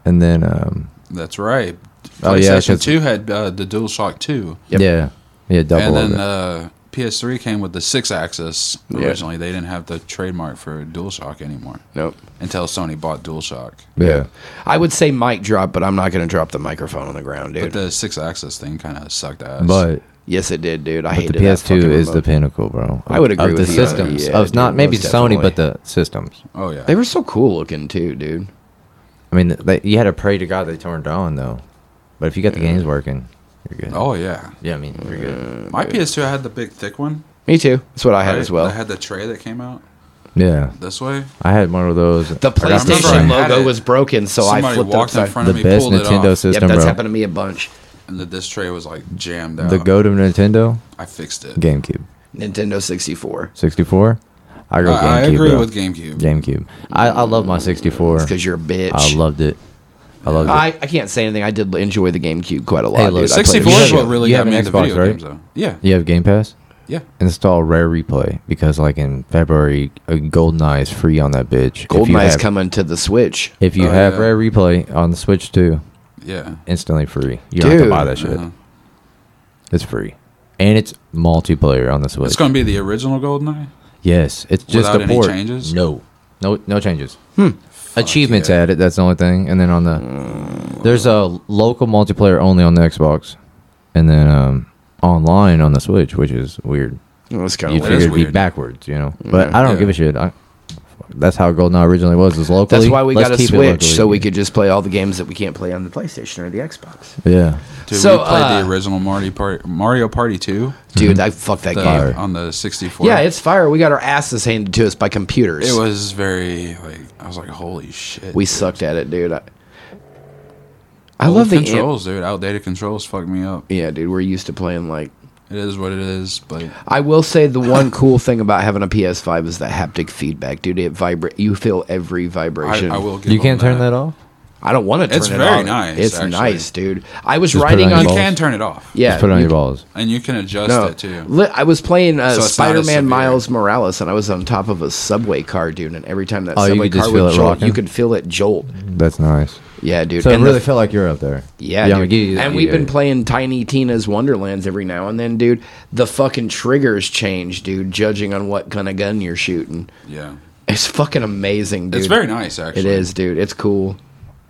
and then, um,
That's right.
Oh, yeah,
PlayStation
'cause-
2 had uh, the DualShock 2.
Yep.
yeah, yeah,
And
double. of
then
it.
uh, PS3 came with the 6 axis
Yeah.
originally. They didn't have the trademark for DualShock anymore
nope.
until Sony bought DualShock.
yeah.
I would say mic drop, but I'm not going to drop the microphone on the ground, dude.
But the 6 axis thing kind of sucked ass.
But
yes, it did, dude. I
but the
hated
PS2
that
is the
pin.
pinnacle, bro.
I would
of-
agree
of
with
the
you on that.
systems.
Yeah,
of not
dude,
maybe
most
Sony, but
definitely.
the systems.
oh, yeah.
They were so cool looking too, dude.
I mean, they, you had to pray to God they turned on though. But if you got the games working, you're good.
oh, yeah.
yeah, I mean, you're good.
My PS2 had the big thick one.
Me too. That's what I had
right?
as well.
I had the tray that came out
Yeah,
this way.
I had one of those.
the
I got
remember I
PlayStation
had
logo
it.
was broken, so I
Somebody
flipped
walked in
upside.
front
The
of me,
best
pulled it
Nintendo
off,
Yep,
system,
that's
bro.
happened to me a bunch.
and the disc tray was like jammed out.
The go to Nintendo,
I fixed it.
GameCube,
Nintendo 64.
64. I go
I,
GameCube.
I agree
bro.
with GameCube.
GameCube. I, I love my 64.
Because you're a bitch. Ah.
I loved it. I loved it.
I, I can't say anything. I did enjoy the GameCube quite a lot.
Hey, look,
dude. I played
64
the
is
shit.
what really
You
got
have
me
an
into
Xbox,
video
right?
games, though. Yeah,
You have Game Pass?
yeah.
Install Rare Replay because, like in February, a GoldenEye is free on that bitch. if you
GoldenEye is
have,
coming to the Switch.
If you
Oh,
have
yeah.
Rare Replay on the Switch too,
Yeah.
instantly free. You don't have to
Dude.
buy that shit.
Uh-huh.
It's free, and it's multiplayer on the Switch.
It's going to be the original GoldenEye.
yes, it's just
Without
a
any
port.
changes?
No, no, no changes.
Hmm.
Achievements
yeah. Mm.
added. That's the only thing. And then on the there's a local multiplayer only on the Xbox, and then um, online on the Switch, which is weird.
It was kind
you
That
of weird.
figure-
figured
Oh, is
it'd be
weird.
backwards, you know.
Mm-hmm.
But I don't
Yeah.
give a shit. I, that's how GoldenEye originally was. Is locally.
That's why we
Let's
got a
keep it
Switch,
locally.
so we could just play all the games that we can't play on the PlayStation or the Xbox.
Yeah.
Dude,
So,
we played
uh,
the original Mario Party, Mario Party 2
Mm-hmm.
Dude, I fucked that
the-
game.
on the 64.
Yeah, it's fire. We got our asses handed to us by computers.
it was very, like, I was like, holy shit.
we
dude.
sucked at it, dude. I, I
Old
love the amp-
controls, dude. Outdated controls fucked me up.
Yeah, dude, we're used to playing like.
It is what it is, but
I will say the one cool thing about having a PS5 is the haptic feedback, dude. It vibrate. You feel every
I,
vibration.
I will give
You can't
them
turn that off.
I don't want to turn
It's
it
very
on.
nice,
It's
actually.
nice, dude. I was
Just put it
riding
on
on.
You
Balls.
can turn it off.
Yeah,
Just put it on
you
your
can-
balls.
And you can adjust it, too.
Li- I was playing uh,
So it's not as
Spider-Man
severe.
Miles Morales, and I was on top of a subway car, dude. And every time that
Oh, you
subway
could just
car
feel
would
it
jolt,
rocking?
you could feel it jolt.
That's nice.
Yeah, dude.
So it
and the-
really felt like you're up there.
yeah,
I'm
dude.
gonna give you-
and we've been
yeah.
playing Tiny Tina's Wonderlands every now and then, dude. The fucking triggers change, dude, judging on what kind of gun you're shooting.
Yeah.
It's fucking amazing, dude.
It's very nice, actually.
It is, dude. It's cool.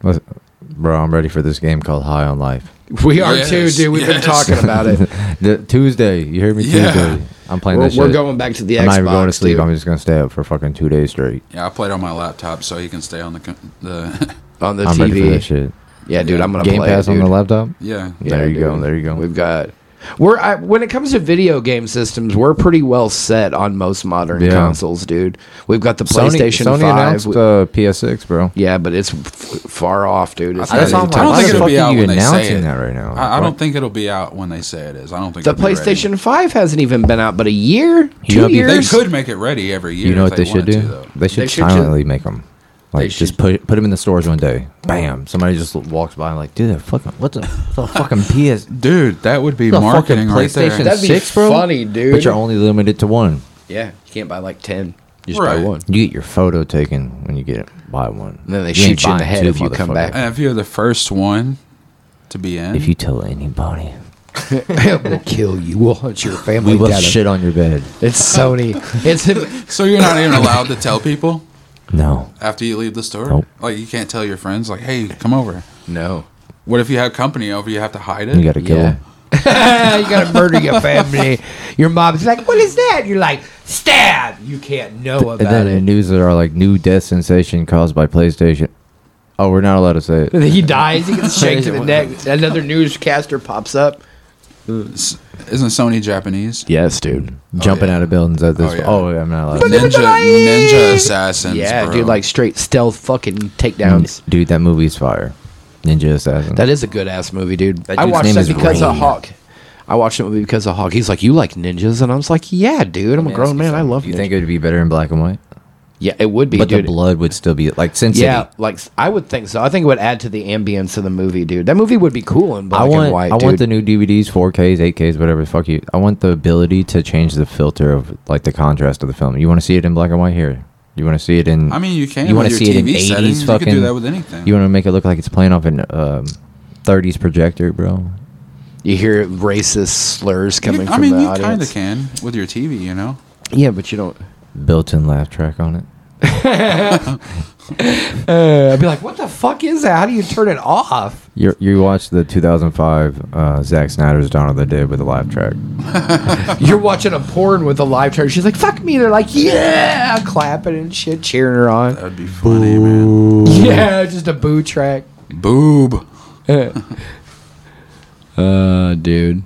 Let's- Bro, I'm ready for this game called High on Life.
We are
Yes,
too, dude. We've been
yes.
talking about it.
The, Tuesday, you hear me?
Yeah.
Tuesday, I'm playing
we're,
that
we're
shit.
going back to the
I'm
Xbox.
not even going to sleep.
dude.
I'm just gonna stay up for fucking two days straight.
Yeah, I played on my laptop so he can stay on the com- the
on the
I'm ready for that
TV.
shit.
Yeah, dude. I'm gonna
Game
play
Pass
it,
on
dude.
the laptop.
yeah.
Yeah,
There you go, there you go.
We've got. We're I, when it comes to video game systems, we're pretty well set on most modern
Yeah.
consoles, dude. We've got the PlayStation
Sony, Sony
Five.
announced
we-
uh, PS6, bro.
yeah, but it's f- far off, dude. It's
I
not
saw
even
my-
I
touch-
don't
Why
think
the
it'll
fuck
be
are
out
you
when they say
announcing
it.
that right
I,
now?
I
What?
don't think it'll be out when they say it is. I don't think
the
they'll be ready.
PlayStation Five hasn't even been out, but a year,
You know,
two
they
They
years.
could make it ready every year.
You know
if
what they should
wanted
do?
to, though.
they should
They should
silently make them. Like
should-
just put put them in the stores one day. Bam! Somebody just walks by and like, dude, they're fucking what the, the fucking PS?
Dude, that would be
The fucking
marketing right
PlayStation
there.
That'd be
six, bro.
funny, dude.
But you're only limited to one.
Yeah, you can't buy like ten. You just buy
Right.
one.
You get your photo taken when you get it. Buy one.
then they
ain't
shoot you in
buying
the head
two,
if you come
motherfucker.
back.
And if you're the first one to be in,
If you tell anybody,
we'll kill you. We'll hunt your family
we will
down.
shit on your bed.
It's Sony. It's
so you're not even allowed to tell people
No,
after you leave the store.
Nope.
Like you can't tell your friends, like, "Hey, come over."
no.
What if you have company over? You have to hide it.
you gotta kill
Yeah.
him.
you gotta murder your family. Your mom's like, "What is that?" You're like, "Stab!" You can't know
And then
about
the
it.
news that are like new death sensation caused by PlayStation. Oh, we're not allowed to say it.
And then he dies. He gets shanked in the neck. Another newscaster pops up.
S- Isn't Sony Japanese?
Yes, dude.
Jumping
yeah.
out of buildings at this.
Oh,
Oh,
yeah.
I'm not allowed. To say it.
Ninja, ninja assassins.
Yeah,
bro.
dude, like straight stealth fucking takedowns.
Dude, that movie's fire. Ninja Assassin.
That is a good ass movie, dude.
That
I
dude's
watched
name
that
is
because of
Rain.
Hawk. I watched that movie because of Hawk. He's like, "You like ninjas?" And I was like, "Yeah, dude. I'm a
Let me ask
grown man. I
something.
love
You
ninjas."
think it would be better in black and white?
yeah, it would be,
But
dude.
the blood would still be like Sin City.
yeah, like I would think so. I think it would add to the ambience of the movie, dude. That movie would be cool in black
I want,
and white.
I want the
dude.
new DVDs, 4Ks, 8Ks, whatever. Fuck you. I want the ability to change the filter of like the contrast of the film. You want to see it in black and white here. You want to see it in.
I mean, you can
You
with
want to
your
see it in
TV
80s
settings. You could
fucking.
do that with anything.
You want to make it look like it's playing off an um, 30s projector, bro.
you hear racist slurs
You-
coming
I
from
mean,
the
you kind of
audience.
can with your TV. You know,
Yeah, but you don't.
Built-in laugh track on it.
Uh, I'd be like, "What the fuck is that? How do you turn it off?"
You you watched the 2005 uh, Zack Snyder's Dawn of the Dead with a laugh track.
You're watching a porn with a live turn. She's like, "Fuck me!" They're like, "Yeah," clapping and shit, cheering her on.
that'd be funny, man.
Yeah, just a boo track.
Boob.
Uh, dude.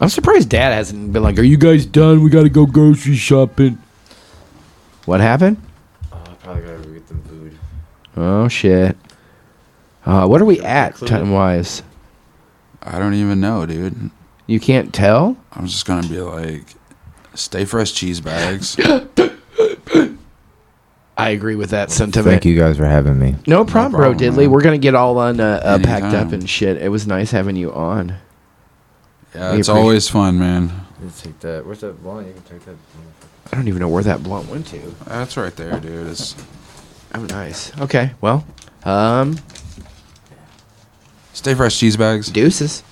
I'm surprised Dad hasn't been like, "Are you guys done? We gotta go grocery shopping." What happened?
I probably gotta get some food.
Oh shit. Uh, what are we at time wise?
I don't even know, dude.
You can't tell.
I'm just gonna be like, stay fresh cheese bags.
I agree with that sentiment.
Thank you guys for having me.
No problem,
problem,
bro. Diddley,
man.
we're gonna get all un, uh, uh, packed up
Anytime.
and shit. It was nice having you on.
Yeah,
We
it's
appreciate-
always fun, man.
Let's take that. Where's that blunt? You can take that.
I don't even know where that blunt went to.
That's right there, dude. It's
Oh, nice. Okay, well, um,
stay fresh cheese bags.
deuces.